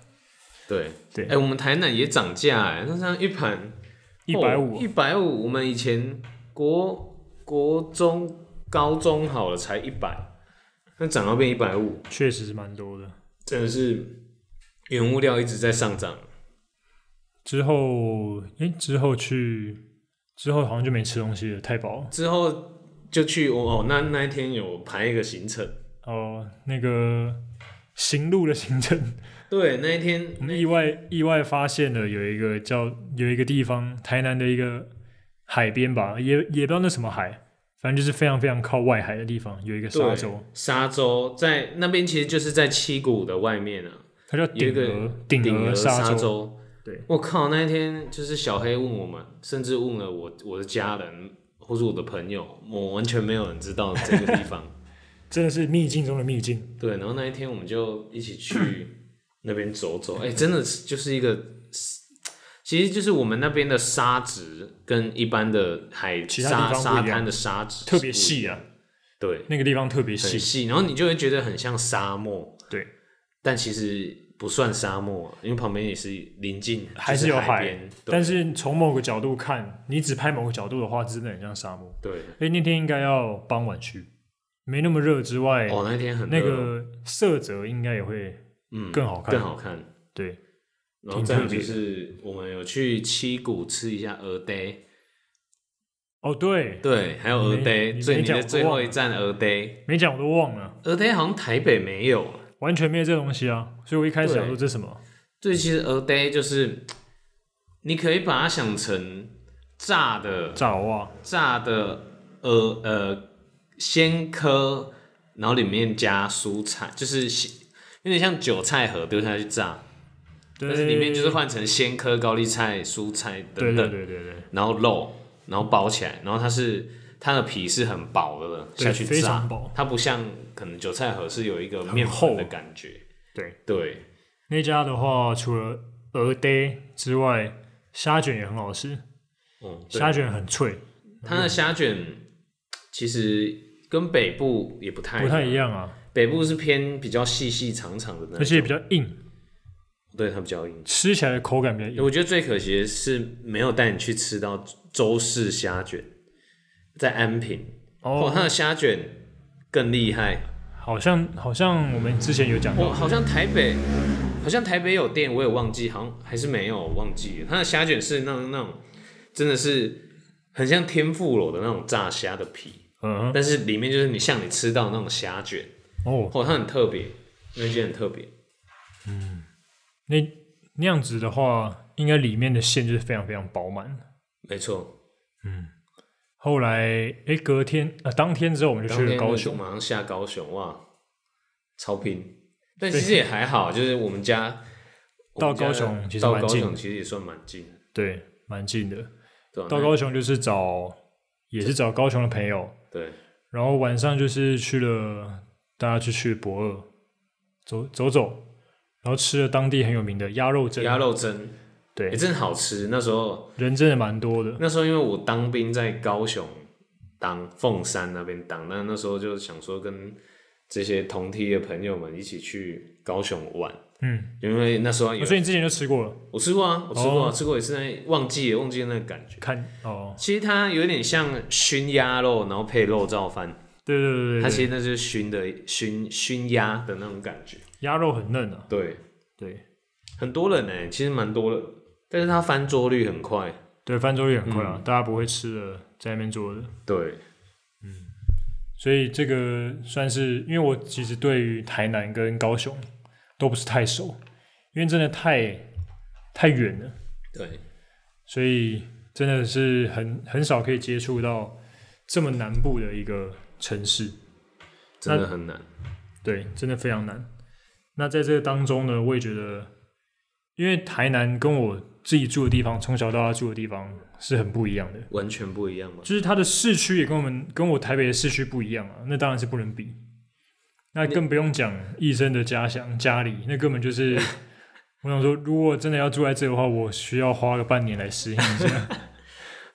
Speaker 1: 对
Speaker 2: 对
Speaker 1: 哎、我们台南也涨价哎，那这样一盘哦
Speaker 2: 一百五
Speaker 1: 一百五，我们以前国国中、高中好了才一百，那涨到变一百五，
Speaker 2: 确实是蛮多的。
Speaker 1: 真的是原物料一直在上涨。
Speaker 2: 之后诶、之后去之后好像就没吃东西了，太饱了。
Speaker 1: 之后就去哦哦，那那一天有排一个行程，
Speaker 2: 哦，那个行路的行程，
Speaker 1: 对，那一天
Speaker 2: 我们意外意外发现了有一个叫有一个地方，台南的一个海边吧，也也不知道那什么海，反正就是非常非常靠外海的地方，有一个沙
Speaker 1: 对
Speaker 2: 洲，
Speaker 1: 沙洲在那边其实就是在七股的外面啊，
Speaker 2: 它叫
Speaker 1: 有一
Speaker 2: 顶
Speaker 1: 个
Speaker 2: 额顶额沙
Speaker 1: 沙
Speaker 2: 洲。
Speaker 1: 洲。
Speaker 2: 对，
Speaker 1: 我靠，那一天就是小黑问我们，甚至问了我我的家人或是我的朋友，我完全没有人知道这个地方。
Speaker 2: 真的是秘境中的秘境，
Speaker 1: 对，然后那一天我们就一起 去那边走走，哎、真的是就是一个，其实就是我们那边的沙质跟一般的海
Speaker 2: 其他
Speaker 1: 沙
Speaker 2: 地方
Speaker 1: 沙
Speaker 2: 不一样
Speaker 1: 滩的沙质
Speaker 2: 特别
Speaker 1: 是不一
Speaker 2: 细
Speaker 1: 样，
Speaker 2: 啊，
Speaker 1: 对，
Speaker 2: 那个地方特别
Speaker 1: 很
Speaker 2: 细。
Speaker 1: 细，然后你就会觉得很像沙漠，
Speaker 2: 对，
Speaker 1: 但其实不算沙漠啊，因为旁边也是临近，
Speaker 2: 还
Speaker 1: 就是
Speaker 2: 有
Speaker 1: 海
Speaker 2: 海
Speaker 1: 边，对
Speaker 2: 但是从某个角度看，你只拍某个角度的话，真的很像沙漠。
Speaker 1: 对。
Speaker 2: 所以那天应该要傍晚去，没那么热之外，
Speaker 1: 哦，那天很
Speaker 2: 那
Speaker 1: 热
Speaker 2: 个色泽应该也会
Speaker 1: 嗯
Speaker 2: 更好看
Speaker 1: 更好看。
Speaker 2: 对，
Speaker 1: 然后再有就是我们有去七谷吃一下鹅呆，
Speaker 2: 哦，对，
Speaker 1: 对，还有鹅
Speaker 2: 没
Speaker 1: 呆，
Speaker 2: 你
Speaker 1: 最
Speaker 2: 没
Speaker 1: 你
Speaker 2: 讲
Speaker 1: 的最
Speaker 2: 我忘
Speaker 1: 后一
Speaker 2: 了
Speaker 1: 站鹅呆，
Speaker 2: 没讲我都忘了，
Speaker 1: 鹅呆好像台北没有啊。
Speaker 2: 完全没有这东西啊，所以我一开始想说这是什么，
Speaker 1: 对，其实鹅呆就是你可以把它想成炸的
Speaker 2: 炸哇，
Speaker 1: 炸的鹅呃鲜科，然后里面加蔬菜，就是鲜有点像韭菜盒丢下去炸，
Speaker 2: 对
Speaker 1: 但是里面就是换成鲜科高丽菜、蔬菜
Speaker 2: 对
Speaker 1: 等
Speaker 2: 对
Speaker 1: 等。
Speaker 2: 对对对，
Speaker 1: 然后肉，然后包起来，然后它是它的皮是很薄的
Speaker 2: 对
Speaker 1: 下去
Speaker 2: 非常
Speaker 1: 炸
Speaker 2: 薄，
Speaker 1: 它不像可能韭菜盒是有一个面
Speaker 2: 厚
Speaker 1: 粉的感觉。
Speaker 2: 对
Speaker 1: 对，
Speaker 2: 那家的话，除了鹅呆之外，虾卷也很好吃，
Speaker 1: 嗯，对
Speaker 2: 虾卷很脆，
Speaker 1: 它
Speaker 2: 嗯
Speaker 1: 的虾卷其实跟北部也不太
Speaker 2: 不太一，样啊，
Speaker 1: 北部是偏比较细细长长的那种，
Speaker 2: 而且比较硬，
Speaker 1: 对它比较硬。
Speaker 2: 吃起来的口感比较硬。
Speaker 1: 我觉得最可惜的是没有带你去吃到周氏虾卷，在安平哦，
Speaker 2: 哦，
Speaker 1: 它的虾卷更厉害。
Speaker 2: 好像好像我们之前有讲
Speaker 1: 我
Speaker 2: 到，
Speaker 1: 好像台北，好像台北有店，我也忘记，好像还是没有忘记了。它的虾卷是那种那种，真的是很像天妇罗的那种炸虾的皮，
Speaker 2: 嗯哼，
Speaker 1: 但是里面就是你像你吃到那种虾卷，
Speaker 2: 哦，
Speaker 1: 哦，它很特别，那件很特别。
Speaker 2: 那那样子的话，应该里面的馅就是非常非常饱满。
Speaker 1: 没错，
Speaker 2: 后来，哎，隔天呃，当天之后我们就去
Speaker 1: 当
Speaker 2: 了
Speaker 1: 天
Speaker 2: 高
Speaker 1: 我
Speaker 2: 雄，
Speaker 1: 马上下高雄，哇，超拼。但其实也还好，就是我们家
Speaker 2: 到
Speaker 1: 我们家
Speaker 2: 高雄其实
Speaker 1: 到
Speaker 2: 蛮
Speaker 1: 高
Speaker 2: 近
Speaker 1: 雄其实也算蛮近的，
Speaker 2: 对，蛮近的。
Speaker 1: 对吧
Speaker 2: 到高雄就是找，也是找高雄的朋友，
Speaker 1: 对，
Speaker 2: 然后晚上就是去了，大家就去博二走走走，然后吃了当地很有名的鸭肉蒸，
Speaker 1: 鸭肉蒸
Speaker 2: 对
Speaker 1: 也、真的好吃。那时候
Speaker 2: 人真的蛮多的。
Speaker 1: 那时候因为我当兵在高雄当凤山那边当，那那时候就想说跟这些同梯的朋友们一起去高雄玩，
Speaker 2: 嗯，
Speaker 1: 因为那时候有
Speaker 2: 所以你之前就吃过了，
Speaker 1: 我吃过啊，我吃
Speaker 2: 哦
Speaker 1: 过、啊，吃过也是在忘记了忘记了那个感觉。
Speaker 2: 看哦，
Speaker 1: 其实它有点像熏鸭肉，然后配肉燥饭，
Speaker 2: 对对对对
Speaker 1: 它
Speaker 2: 对，
Speaker 1: 其实那就是熏的熏熏鸭的那种感觉。
Speaker 2: 鸭肉很嫩啊，
Speaker 1: 对，
Speaker 2: 对
Speaker 1: 很多人呢、欸其实蛮多人，但是它翻桌率很快。
Speaker 2: 对，翻桌率很快啊，
Speaker 1: 嗯
Speaker 2: 大家不会吃的在那边做的，
Speaker 1: 对，
Speaker 2: 所以这个算是因为我其实对于台南跟高雄都不是太熟，因为真的太太远了。
Speaker 1: 对，
Speaker 2: 所以真的是很很少可以接触到这么南部的一个城市，
Speaker 1: 真的很难。
Speaker 2: 对，真的非常难。那在这个当中呢，我也觉得，因为台南跟我自己住的地方，从小到大住的地方是很不一样的，
Speaker 1: 完全不一样嘛。。
Speaker 2: 就是它的市区也跟我们跟我台北的市区不一样啊，那当然是不能比。那更不用讲医生的家乡家里，那根本就是，我想说，如果真的要住在这的话，我需要花个半年来适应一下
Speaker 1: 对啊，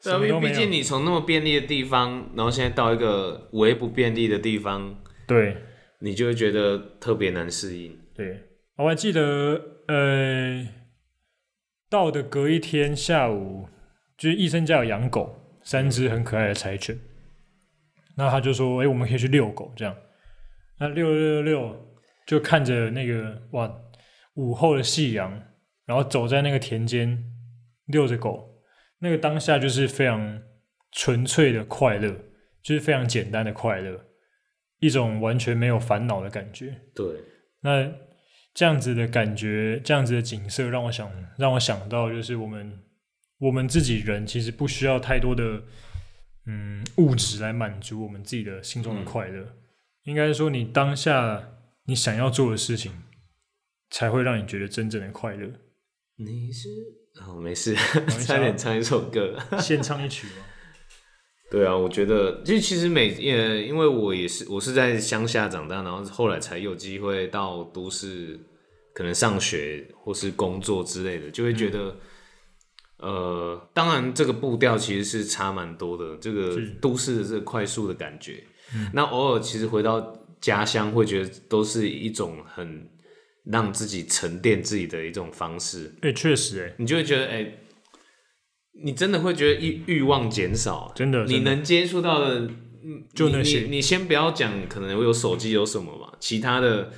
Speaker 2: 什么
Speaker 1: 因
Speaker 2: 都
Speaker 1: 为
Speaker 2: 没
Speaker 1: 毕
Speaker 2: 有。
Speaker 1: 竟你从那么便利的地方，然后现在到一个微不便利的地方，
Speaker 2: 对
Speaker 1: 你就会觉得特别难适应。
Speaker 2: 对，我还记得，呃，到的隔一天下午，就是医生家有养狗，三只很可爱的柴犬，那他就说，哎、我们可以去遛狗这样。那遛遛遛遛，就看着那个哇，午后的夕阳，然后走在那个田间遛着狗，那个当下就是非常纯粹的快乐，就是非常简单的快乐，一种完全没有烦恼的感觉。
Speaker 1: 对，
Speaker 2: 那这样子的感觉，这样子的景色，让我想让我想到，就是我们我们自己人其实不需要太多的嗯物质来满足我们自己的心中的快乐。应该说，你当下你想要做的事情，才会让你觉得真正的快乐。
Speaker 1: 你是哦，没事，
Speaker 2: 一 下
Speaker 1: 差点唱一首歌。
Speaker 2: 献唱一曲吗？
Speaker 1: 对啊，我觉得就其实每呃，因为我也是我是在乡下长大，然后后来才有机会到都市，可能上学或是工作之类的，就会觉得，呃，当然这个步调其实是差蛮多的，这个
Speaker 2: 是
Speaker 1: 都市的这个快速的感觉。那偶尔其实回到家乡，会觉得都是一种很让自己沉淀自己的一种方式，
Speaker 2: 哎、确实、哎，
Speaker 1: 你就会觉得哎。你真的会觉得欲欲望减少，
Speaker 2: 真的，
Speaker 1: 你
Speaker 2: 真的
Speaker 1: 能接触到的，嗯
Speaker 2: 就
Speaker 1: 你
Speaker 2: 那些
Speaker 1: 你你先不要讲，可能有手机有什么嘛，其他的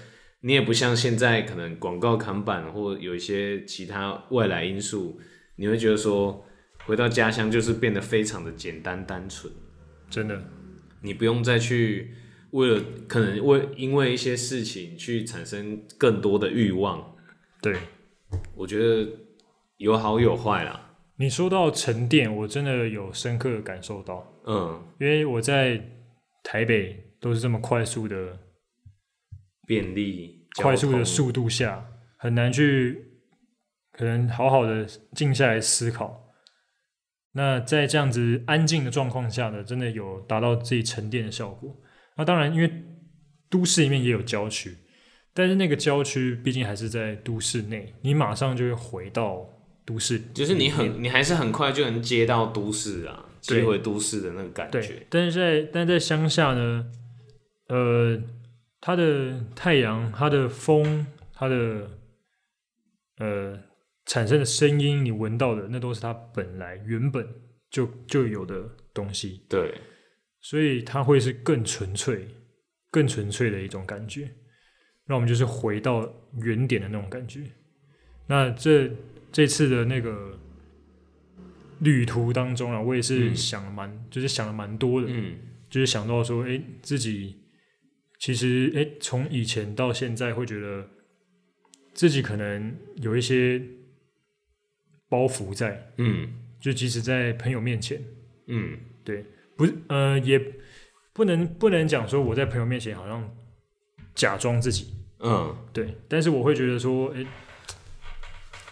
Speaker 1: 你也不像现在可能广告看板或有一些其他外来因素，你会觉得说回到家乡就是变得非常的简单单纯，
Speaker 2: 真的，
Speaker 1: 你不用再去为了可能为因为一些事情去产生更多的欲望，
Speaker 2: 对。
Speaker 1: 我觉得有好有坏啦，
Speaker 2: 你说到沉淀，我真的有深刻的感受到。
Speaker 1: 嗯，
Speaker 2: 因为我在台北都是这么快速的、
Speaker 1: 便利，
Speaker 2: 快速的
Speaker 1: 交通
Speaker 2: 速度下，很难去可能好好的静下来思考。那在这样子安静的状况下呢，真的有达到自己沉淀的效果。那当然，因为都市里面也有郊区，但是那个郊区毕竟还是在都市内，你马上就会回到都市。
Speaker 1: 就是你很，你还是很快就能接到都市啊，
Speaker 2: 嗯对
Speaker 1: 接回都市的那个感觉
Speaker 2: 对，，但是在但是在乡下呢，呃，它的太阳、它的风、它的呃产生的声音，你闻到的那都是它本来原本就就有的东西，
Speaker 1: 对，
Speaker 2: 所以它会是更纯粹、更纯粹的一种感觉。那我们就是回到原点的那种感觉，那这这次的那个旅途当中啊，我也是
Speaker 1: 嗯
Speaker 2: 想了蛮，就是想了蛮多的，
Speaker 1: 嗯
Speaker 2: 就是想到说，哎、自己其实哎，诶从、以前到现在会觉得自己可能有一些包袱在，
Speaker 1: 嗯
Speaker 2: 就即使在朋友面前，
Speaker 1: 嗯
Speaker 2: 不是呃，也不能不能讲说我在朋友面前好像假装自己，
Speaker 1: 嗯
Speaker 2: 对，但是我会觉得说，哎、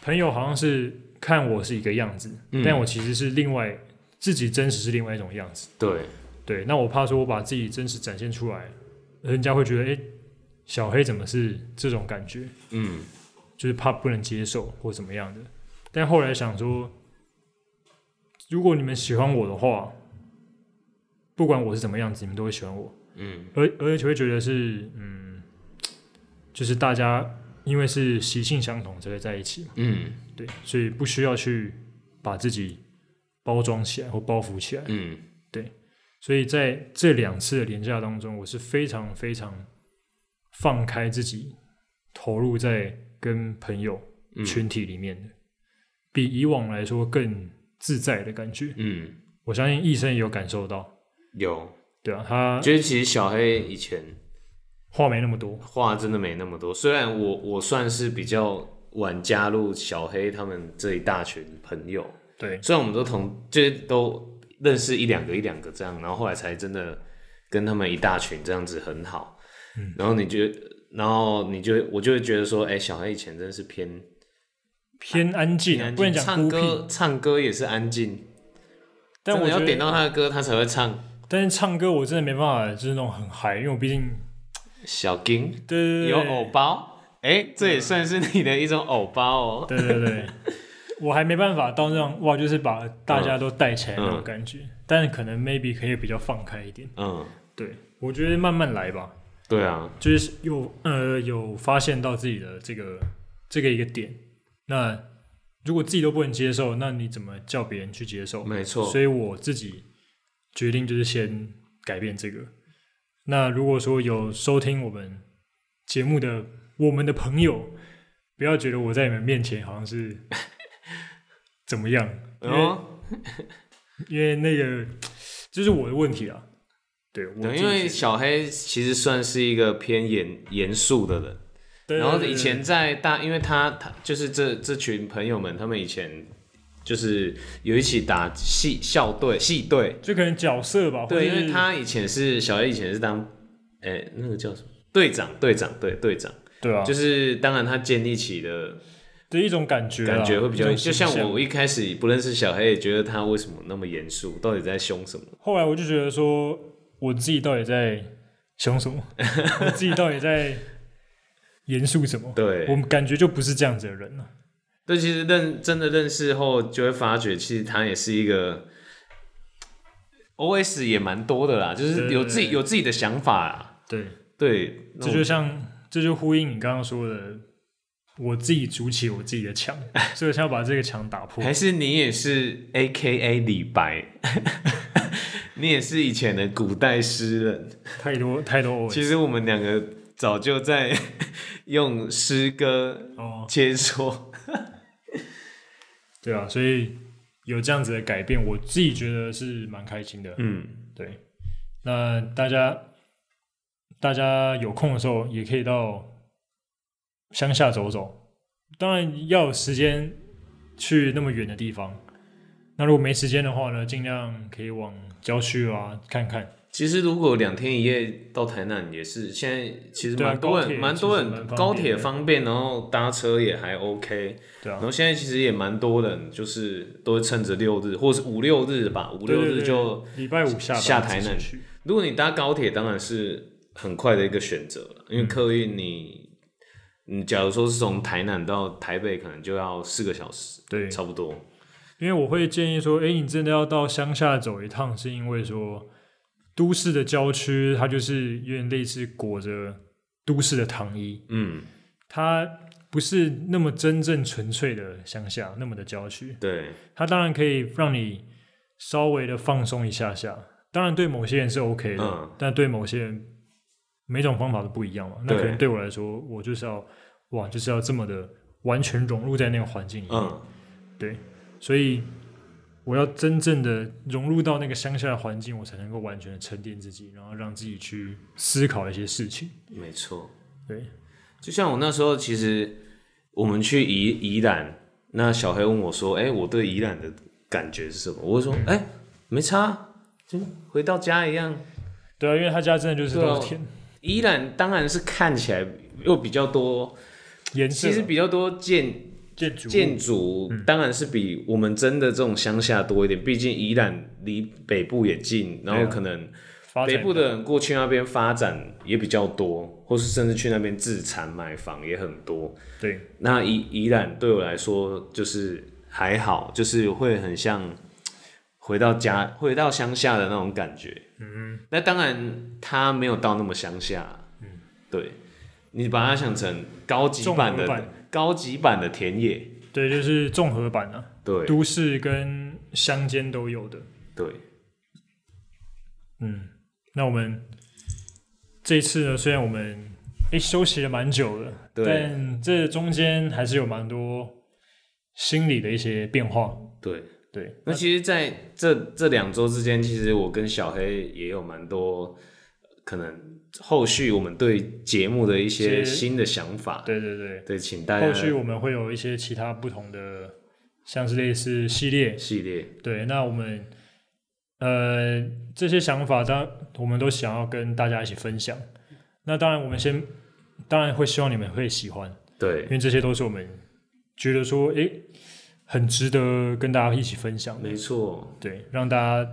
Speaker 2: 朋友好像是看我是一个样子，
Speaker 1: 嗯
Speaker 2: 但我其实是另外自己真实是另外一种样子。
Speaker 1: 对，
Speaker 2: 对，那我怕说我把自己真实展现出来，人家会觉得，哎、小黑怎么是这种感觉？
Speaker 1: 嗯
Speaker 2: 就是怕不能接受或怎么样的。但后来想说，如果你们喜欢我的话，不管我是怎么样子，你们都会喜欢我，
Speaker 1: 嗯
Speaker 2: 而而且会觉得是，嗯，就是大家因为是习性相同才会在一起嘛，
Speaker 1: 嗯
Speaker 2: 对，所以不需要去把自己包装起来或包袱起来。
Speaker 1: 嗯
Speaker 2: 所以在这两次的廉价当中，我是非常非常放开自己，投入在跟朋友
Speaker 1: 嗯
Speaker 2: 群体里面的，比以往来说更自在的感觉。
Speaker 1: 嗯
Speaker 2: 我相信医生也有感受到，
Speaker 1: 有，
Speaker 2: 对啊，他
Speaker 1: 就是其实小黑以前
Speaker 2: 话没那么多，
Speaker 1: 话真的没那么多，虽然我我算是比较晚加入小黑他们这一大群朋友，
Speaker 2: 对
Speaker 1: 虽然我们都同就是都认识一两个一两个这样，然后后来才真的跟他们一大群这样子很好。
Speaker 2: 嗯
Speaker 1: 然后你就，然后你就，我就会觉得说，哎、小黑以前真是偏
Speaker 2: 偏安静、
Speaker 1: 偏
Speaker 2: 啊，
Speaker 1: 安
Speaker 2: 不能
Speaker 1: 静，
Speaker 2: 讲
Speaker 1: 唱
Speaker 2: 孤僻，
Speaker 1: 歌唱歌也是安静，
Speaker 2: 但
Speaker 1: 真
Speaker 2: 我
Speaker 1: 的要
Speaker 2: 觉
Speaker 1: 点
Speaker 2: 得，
Speaker 1: 到他的歌，他才会唱
Speaker 2: 但是唱歌我真的没办法，就是那种很嗨，因为我毕竟
Speaker 1: 小金
Speaker 2: 对对对
Speaker 1: 有偶包，哎、这也算是你的一种偶包哦。
Speaker 2: 对对对，我还没办法到那种哇，就是把大家都带起来那种
Speaker 1: 嗯
Speaker 2: 感觉，但可能 maybe 可以比较放开一点。
Speaker 1: 嗯，
Speaker 2: 对，我觉得慢慢来吧，
Speaker 1: 对啊，
Speaker 2: 就是有呃有发现到自己的这个这个一个点，那如果自己都不能接受，那你怎么叫别人去接受？
Speaker 1: 没错，
Speaker 2: 所以我自己决定就是先改变这个。那如果说有收听我们节目的我们的朋友，不要觉得我在你们面前好像是怎么样，因为、
Speaker 1: 哦，
Speaker 2: 因为那个这是我的问题啊。对，我
Speaker 1: 对，
Speaker 2: 自己
Speaker 1: 因为
Speaker 2: 觉
Speaker 1: 小黑其实算是一个偏严严肃的人。
Speaker 2: 得
Speaker 1: 然后
Speaker 2: 对对对
Speaker 1: 以前在大，因为他他就是这这群朋友们，他们以前就是有一起打系校队、系队，
Speaker 2: 就可能角色吧，
Speaker 1: 对，
Speaker 2: 或
Speaker 1: 因
Speaker 2: 者
Speaker 1: 为
Speaker 2: 是
Speaker 1: 他以前是小 A，以前是当，哎、那个叫什么队长，队长，对，队长，
Speaker 2: 对啊，
Speaker 1: 就是当然他建立起的
Speaker 2: 的一种感觉啊，
Speaker 1: 感觉会比较，
Speaker 2: 一种
Speaker 1: 就
Speaker 2: 形
Speaker 1: 像
Speaker 2: 象
Speaker 1: 我一开始不认识小黑，也觉得他为什么那么严肃，到底在凶什么？
Speaker 2: 后来我就觉得说，我自己到底在凶什 么？我自己到底在严肃什么？
Speaker 1: 对，
Speaker 2: 我感觉就不是这样子的人啊了。
Speaker 1: 对，其实认真的认识后，就会发觉其实他也是一个 OS 也蛮多的啦，就是
Speaker 2: 对
Speaker 1: 有自己有自己的想法啦。
Speaker 2: 对，
Speaker 1: 对，那
Speaker 2: 这
Speaker 1: 我
Speaker 2: 就像这就呼应你刚刚说的，我自己筑起我自己的 墙，所以我想要把这个墙打破。
Speaker 1: 还是你也是 A K A 李白， 你也是以前的古代诗人。
Speaker 2: 太多太多 O
Speaker 1: 其实我们两个早就在 用诗歌
Speaker 2: 哦，
Speaker 1: 切磋。
Speaker 2: 对啊，所以有这样子的改变，我自己觉得是蛮开心的。
Speaker 1: 嗯，
Speaker 2: 对，那大家大家有空的时候也可以到乡下走走，当然要有时间去那么远的地方。那如果没时间的话呢，尽量可以往郊区啊看看。
Speaker 1: 其实如果两天一夜到台南也是，现在其实
Speaker 2: 对啊
Speaker 1: 蛮多
Speaker 2: 高铁
Speaker 1: 人，蛮、多
Speaker 2: 其
Speaker 1: 人
Speaker 2: 实蛮方便的
Speaker 1: 高铁方便，然后搭车也还 OK。
Speaker 2: 对
Speaker 1: 然
Speaker 2: 啊，
Speaker 1: 后现在其实也蛮多人，就是都会趁着六日或是五六日吧，五六
Speaker 2: 对对
Speaker 1: 日
Speaker 2: 对
Speaker 1: 就
Speaker 2: 礼拜五下班
Speaker 1: 下台南
Speaker 2: 自己去。
Speaker 1: 如果你搭高铁，当然是很快的一个选择了，因为客运你，你假如说是从台南到台北，可能就要四个小时，
Speaker 2: 对，
Speaker 1: 差不多。
Speaker 2: 因为我会建议说，哎，你真的要到乡下走一趟，是因为说都市的郊区它就是有点类似裹着都市的糖衣，
Speaker 1: 嗯，
Speaker 2: 它不是那么真正纯粹的乡下，那么的郊区。
Speaker 1: 对，
Speaker 2: 它当然可以让你稍微的放松一下下，当然对某些人是 OK 的，
Speaker 1: 嗯
Speaker 2: 但对某些人每种方法都不一样嘛。那
Speaker 1: 对
Speaker 2: 可能对我来说，我就是要哇，就是要这么的完全融入在那个环境里面，
Speaker 1: 嗯，
Speaker 2: 所以我要真正的融入到那个乡下的环境，我才能够完全的沉淀自己，然后让自己去思考一些事情。
Speaker 1: 没错。
Speaker 2: 对，
Speaker 1: 就像我那时候，其实我们去宜宜兰，那小黑问我说：“哎、我对宜兰的感觉是什么？”我就说：“哎、没差，就回到家一样。
Speaker 2: 对啊，因为他家真的就是
Speaker 1: 对啊
Speaker 2: 都是田
Speaker 1: 宜兰当然是看起来又比较多，
Speaker 2: 颜色
Speaker 1: 其实比较多建
Speaker 2: 啊建筑物嗯
Speaker 1: 建筑，当然是比我们真的这种乡下多一点。毕竟宜兰离北部也近，然
Speaker 2: 对
Speaker 1: 后
Speaker 2: 啊
Speaker 1: 可能
Speaker 2: 发展
Speaker 1: 北部的人过去那边发展也比较多，或是甚至去那边自产买房也很多。
Speaker 2: 对
Speaker 1: 那宜宜兰对我来说就是还好，就是会很像回到家、回到乡下的那种感觉。嗯，那当然它没有到那么乡下。嗯，对，你把它想成高级版的
Speaker 2: 综合版
Speaker 1: 高级版的田野。
Speaker 2: 对，就是综合版啊，
Speaker 1: 对
Speaker 2: 都市跟乡间都有的。
Speaker 1: 对，
Speaker 2: 嗯，那我们这一次呢，虽然我们诶休息了蛮久的，
Speaker 1: 对
Speaker 2: 但这中间还是有蛮多心理的一些变化。
Speaker 1: 对。
Speaker 2: 对，
Speaker 1: 那其实在这这两周之间，其实我跟小黑也有蛮多可能后续我们对节目的一些
Speaker 2: 一些
Speaker 1: 新的想法。
Speaker 2: 对对对，
Speaker 1: 对，请大
Speaker 2: 后续
Speaker 1: 家
Speaker 2: 我们会有一些其他不同的，像是类似系列。
Speaker 1: 系列。
Speaker 2: 对，那我们呃这些想法，当然我们都想要跟大家一起分享。那当然，我们先当然会希望你们会喜欢，
Speaker 1: 对
Speaker 2: 因，为这些都是我们觉得说，诶，很值得跟大家一起分享的
Speaker 1: 没。错，
Speaker 2: 对，让大家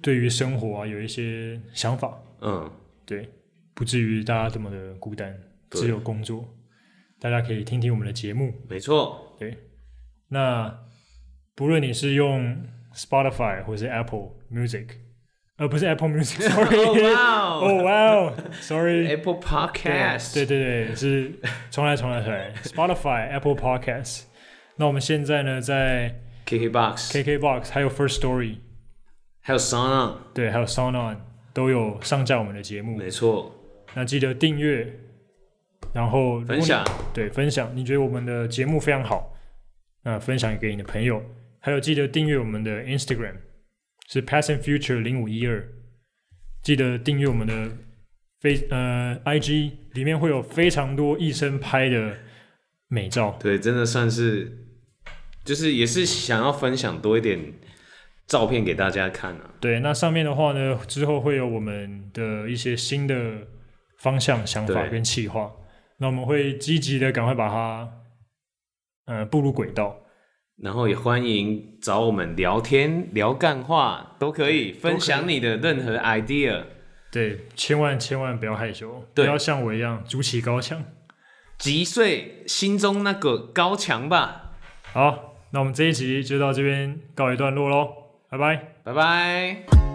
Speaker 2: 对于生活啊有一些想法，
Speaker 1: 嗯，
Speaker 2: 对，不至于大家这么的孤单，
Speaker 1: 对
Speaker 2: 只有工作。大家可以听听我们的节目，
Speaker 1: 没错，
Speaker 2: 对。那不论你是用 Spotify 或是 Apple Music，呃，不是 Apple Music，sorry，
Speaker 1: 哇
Speaker 2: 哦哇哦，sorry，
Speaker 1: Oh, ，Apple
Speaker 2: 对
Speaker 1: Podcast，
Speaker 2: 对对，是重来重来重来，Spotify、Apple Podcast。那我们现在呢，在
Speaker 1: KKBox，
Speaker 2: KKBox 还有 First Story，
Speaker 1: 还有 Sound，
Speaker 2: 对，还有 Sound On 都有上架我们的节目。
Speaker 1: 没错，
Speaker 2: 那记得订阅，然后如果你
Speaker 1: 分，享，
Speaker 2: 对分享。你觉得我们的节目非常好，那分享给你的朋友，还有记得订阅我们的 Instagram 是 Past and Future 零五一二，记得订阅我们的 Face 呃 IG 里面会有非常多医生拍的美照，
Speaker 1: 对，真的算是，就是也是想要分享多一点照片给大家看啊，
Speaker 2: 对，那上面的话呢，之后会有我们的一些新的方向、想法
Speaker 1: 对
Speaker 2: 跟企划。那我们会积极的赶快把它，呃，步入轨道，
Speaker 1: 然后也欢迎找我们聊天、聊干话都可以，分享你的任何 idea，
Speaker 2: 对，千万千万不要害羞，不
Speaker 1: 对
Speaker 2: 要像我一样筑起高墙。
Speaker 1: 击碎心中那个高墙吧，
Speaker 2: 好，那我们这一集就到这边告一段落喽，拜拜。
Speaker 1: 拜拜。